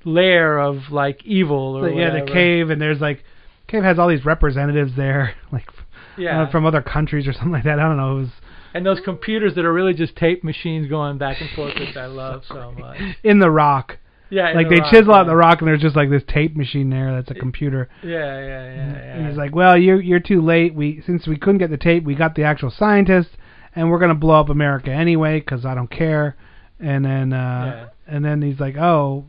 lair of like evil or
the- yeah the
whatever.
cave, and there's like cave has all these representatives there, like f-
Yeah.
uh, from other countries or something like that. I don't know. It was
and those computers that are really just tape machines going back and forth, which I love so much.
in the rock.
Yeah, in
like
the
they
rock,
chisel out
yeah.
the rock, and there's just like this tape machine there that's a computer.
Yeah, yeah, yeah,
And
yeah.
he's like, "Well, you're you're too late. We since we couldn't get the tape, we got the actual scientist, and we're gonna blow up America anyway because I don't care." And then uh and then he's like, ""Oh,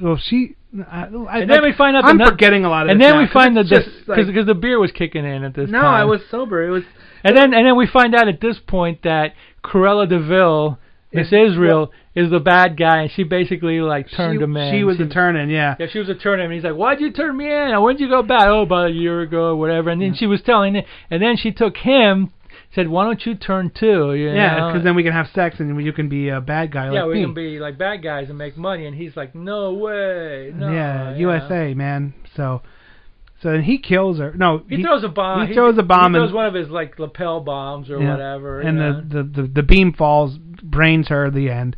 well she." I, I,
and
like,
then we find out
I'm
the nut-
forgetting a lot of.
And
this
then
now,
we
'cause
find that
it's
this
just,
because
like-
the beer was kicking in at this
no,
time.
I was sober. It was
And then and then we find out at this point that Corella Deville, Miss Israel, is the bad guy, and she basically like turned
she,
him in.
She was the turn in, yeah.
Yeah, she was a turn in. And he's like, "Why'd you turn me in? When'd you go back? Oh, about a year ago, or whatever." And then she was telling it, and then she took him, said, "Why don't you turn too?" You
Yeah,
know?
because then we can have sex and you can be a bad guy
yeah,
like
we
me.
can be like bad guys and make money. And he's like, "No way, no."
yeah,
yeah.
USA man. So, so then he kills her. No,
He, throws a bomb.
He, throws a bomb
He
and
throws one of his like lapel bombs or
Yeah.
whatever.
And
yeah.
the, the, the, the beam falls, brains her at the end.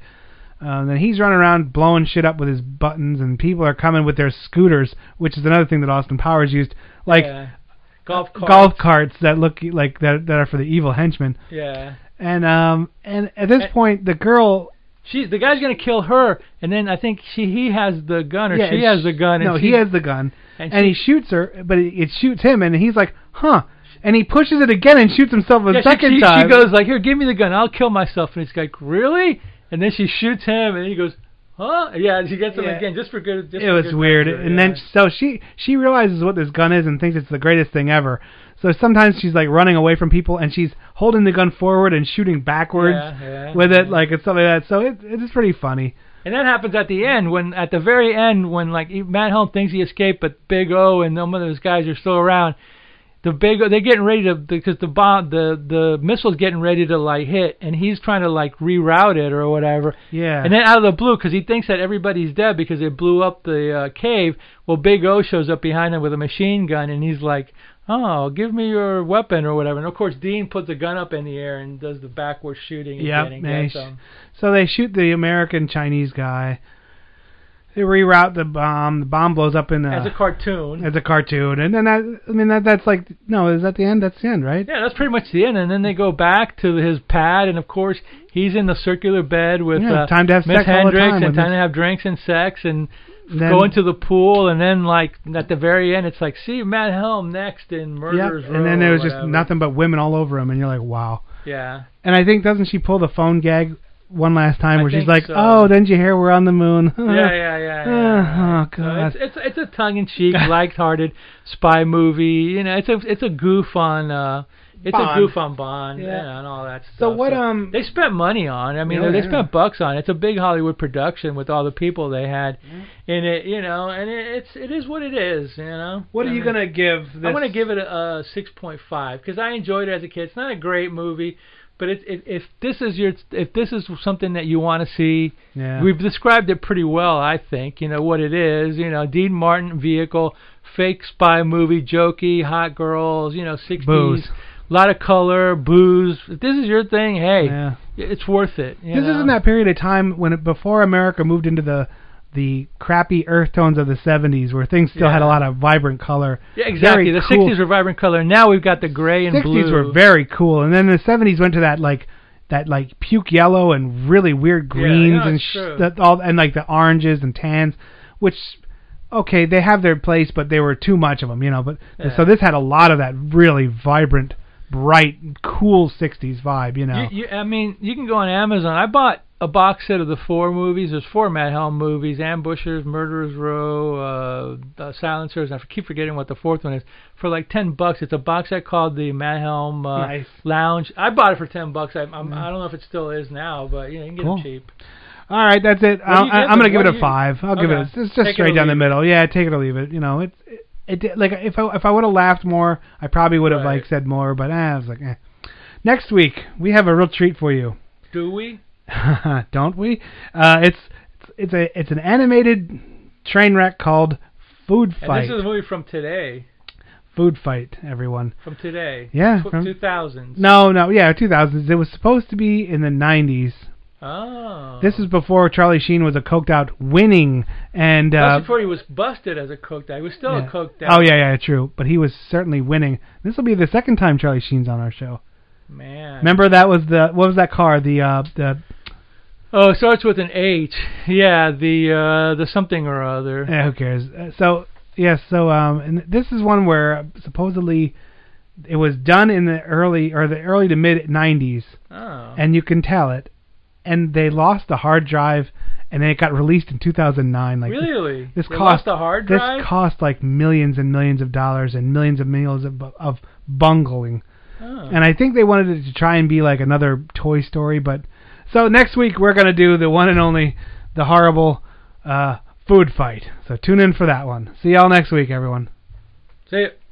Uh, then he's running around blowing shit up with his buttons, and people are coming with their scooters, which is another thing that Austin Powers used, like
Yeah. golf cart.
uh, golf carts that look like that that are for the evil henchmen.
Yeah.
And um and at this point, the girl
She's the guy's gonna kill her, and then I think she he has the gun or
yeah,
she
and
has the gun.
No,
and she,
he has the gun,
and
and,
she-
he shoots her, but it, it shoots him, and he's like, huh. And he pushes it again and shoots himself a
yeah, she-
second
she,
time.
She goes like, "Here, give me the gun. I'll kill myself." And he's like, "Really?" And then she shoots him, and he goes, "Huh?" Yeah, and she gets him
Yeah.
again just for good. Just
it
for
was
good
weird.
measure,
and
yeah.
then so she she realizes what this gun is and thinks it's the greatest thing ever. So sometimes she's like running away from people and she's holding the gun forward and shooting backwards
Yeah, yeah,
with it,
yeah.
like it's something like that. So it it is pretty funny.
And that happens at the end when, at the very end, when like he- Matt Helm thinks he escaped, but Big O and some of those guys are still around. The Big O, they're getting ready to because the bomb, the the missile's getting ready to like hit, and he's trying to like reroute it or whatever.
Yeah.
And then out of the blue, because he thinks that everybody's dead because they blew up the uh, cave. Well, Big O shows up behind him with a machine gun, and he's like, "Oh, give me your weapon or whatever." And of course, Dean puts a gun up in the air and does the backward shooting
Yep,
again and
nice.
gets him.
So they shoot the American Chinese guy. They reroute the bomb. The bomb blows up in the
As a cartoon.
Uh. as a cartoon, and then that I mean that that's like no, is that the end? That's the end, right?
Yeah, that's pretty much the end. And then they go back to his pad, and of course he's in the circular bed with
Yeah,
uh,
time to have
Miss
sex all the
Hendricks
time
and
with
time
Miss-
to have drinks and sex and
Then-
go into the pool. And then like at the very end, it's like see Matt Helm next in
Yep.
Murderers Row
And then there
or
was just
whatever.
nothing but women all over him, and you're like, wow.
Yeah.
And I think doesn't she pull the phone gag one last time
I
where she's
think
like,
so.
"Oh, didn't you hear we're on the moon?"
Uh,
Yeah, yeah, yeah. yeah, yeah.
oh god.
So it's, it's it's a tongue-in-cheek, light-hearted spy movie. You know, it's a it's a goof on uh, It's
Bond.
a goof on Bond
Yeah.
yeah, and all that stuff.
So what, um,
They spent money on. it. I mean,
Yeah,
they
yeah.
spent bucks on. it. It's a big Hollywood production with all the people they had in it, you know. And it, it's it is what it is, you know.
What are
I
you
mean,
gonna give
I'm
this-
gonna give it a, a 6.5 because I enjoyed it as a kid. It's not a great movie, but it, it, if this is your if this is something that you want to see,
Yeah.
we've described it pretty well, I think. You know what it is. You know, Dean Martin vehicle, fake spy movie, jokey, hot girls. You know, 60s,
Booze.
a lot of color, booze. If this is your thing, hey, it's worth it. you
This
know?
isn't that period of time when it, before America moved into the the crappy earth tones of the 70s, where things still had a
Yeah.
lot of vibrant color.
Yeah, exactly.
Very
The
cool.
60s were vibrant color. Now we've got the gray and
60s
blue.
were very cool, and then the 70s went to that like that like puke yellow and really weird
Yeah,
greens
yeah,
and
it's
sh-
true.
that all and like the oranges and tans, which okay they have their place, but they were too much of them, you know. But
Yeah.
so this had a lot of that really vibrant, bright, cool 60s vibe, you know.
You, you, I mean, you can go on Amazon. I bought a box set of the four movies. There's four Matt Helm movies: Ambushers, Murderers Row, uh, uh, Silencers. I keep forgetting what the fourth one is. For like ten bucks, it's a box set called the Matt Helm uh,
Nice.
Lounge. I bought it for ten bucks. I, I'm, I don't know if it still is now, but you know, you can get
Cool.
it cheap.
All right, that's it.
What do
I'll,
you
I-
give
I'm gonna
it?
give
What
it a
do you-
five. I'll give it.
Okay.
A, it's just
Take it or
straight down the
leave it.
middle. Yeah, take it or leave it. You know, it. It, it did- like if I if I would have laughed more, I probably would have
Right.
like said more. But eh, I was like, eh. next week we have a real treat for you,
Do we?
don't we? Uh, it's it's a it's an animated train wreck called Food
And
Fight.
this is a movie from today.
Food Fight, everyone.
From today.
Yeah,
Tw-
from-
2000s.
No, no, yeah, 2000s. It was supposed to be in the 90s.
Oh.
This is before Charlie Sheen was a coked out winning and
That's
uh,
before he was busted as a coke dad. He was still
Yeah.
a coke dad.
Oh yeah, yeah, true. But he was certainly winning. This will be the second time Charlie Sheen's on our show.
Man.
Remember that was the what was that car? The uh the
Oh, it starts with an H. Yeah, the uh, the something or other.
eh, who cares? Uh, So yes, so um and this is one where supposedly it was done in the early or the early to mid 90s
Oh.
and you can tell it and they lost the hard drive and then it got released in 2009 like
really?
This
They
cost
lost the hard drive.
This cost like millions and millions of dollars and millions of millions of, of bungling.
Oh.
And I think they wanted it to try and be like another Toy Story, but so next week we're gonna do the one and only, the horrible, uh, food fight. So tune in for that one. See y'all next week, everyone.
See ya.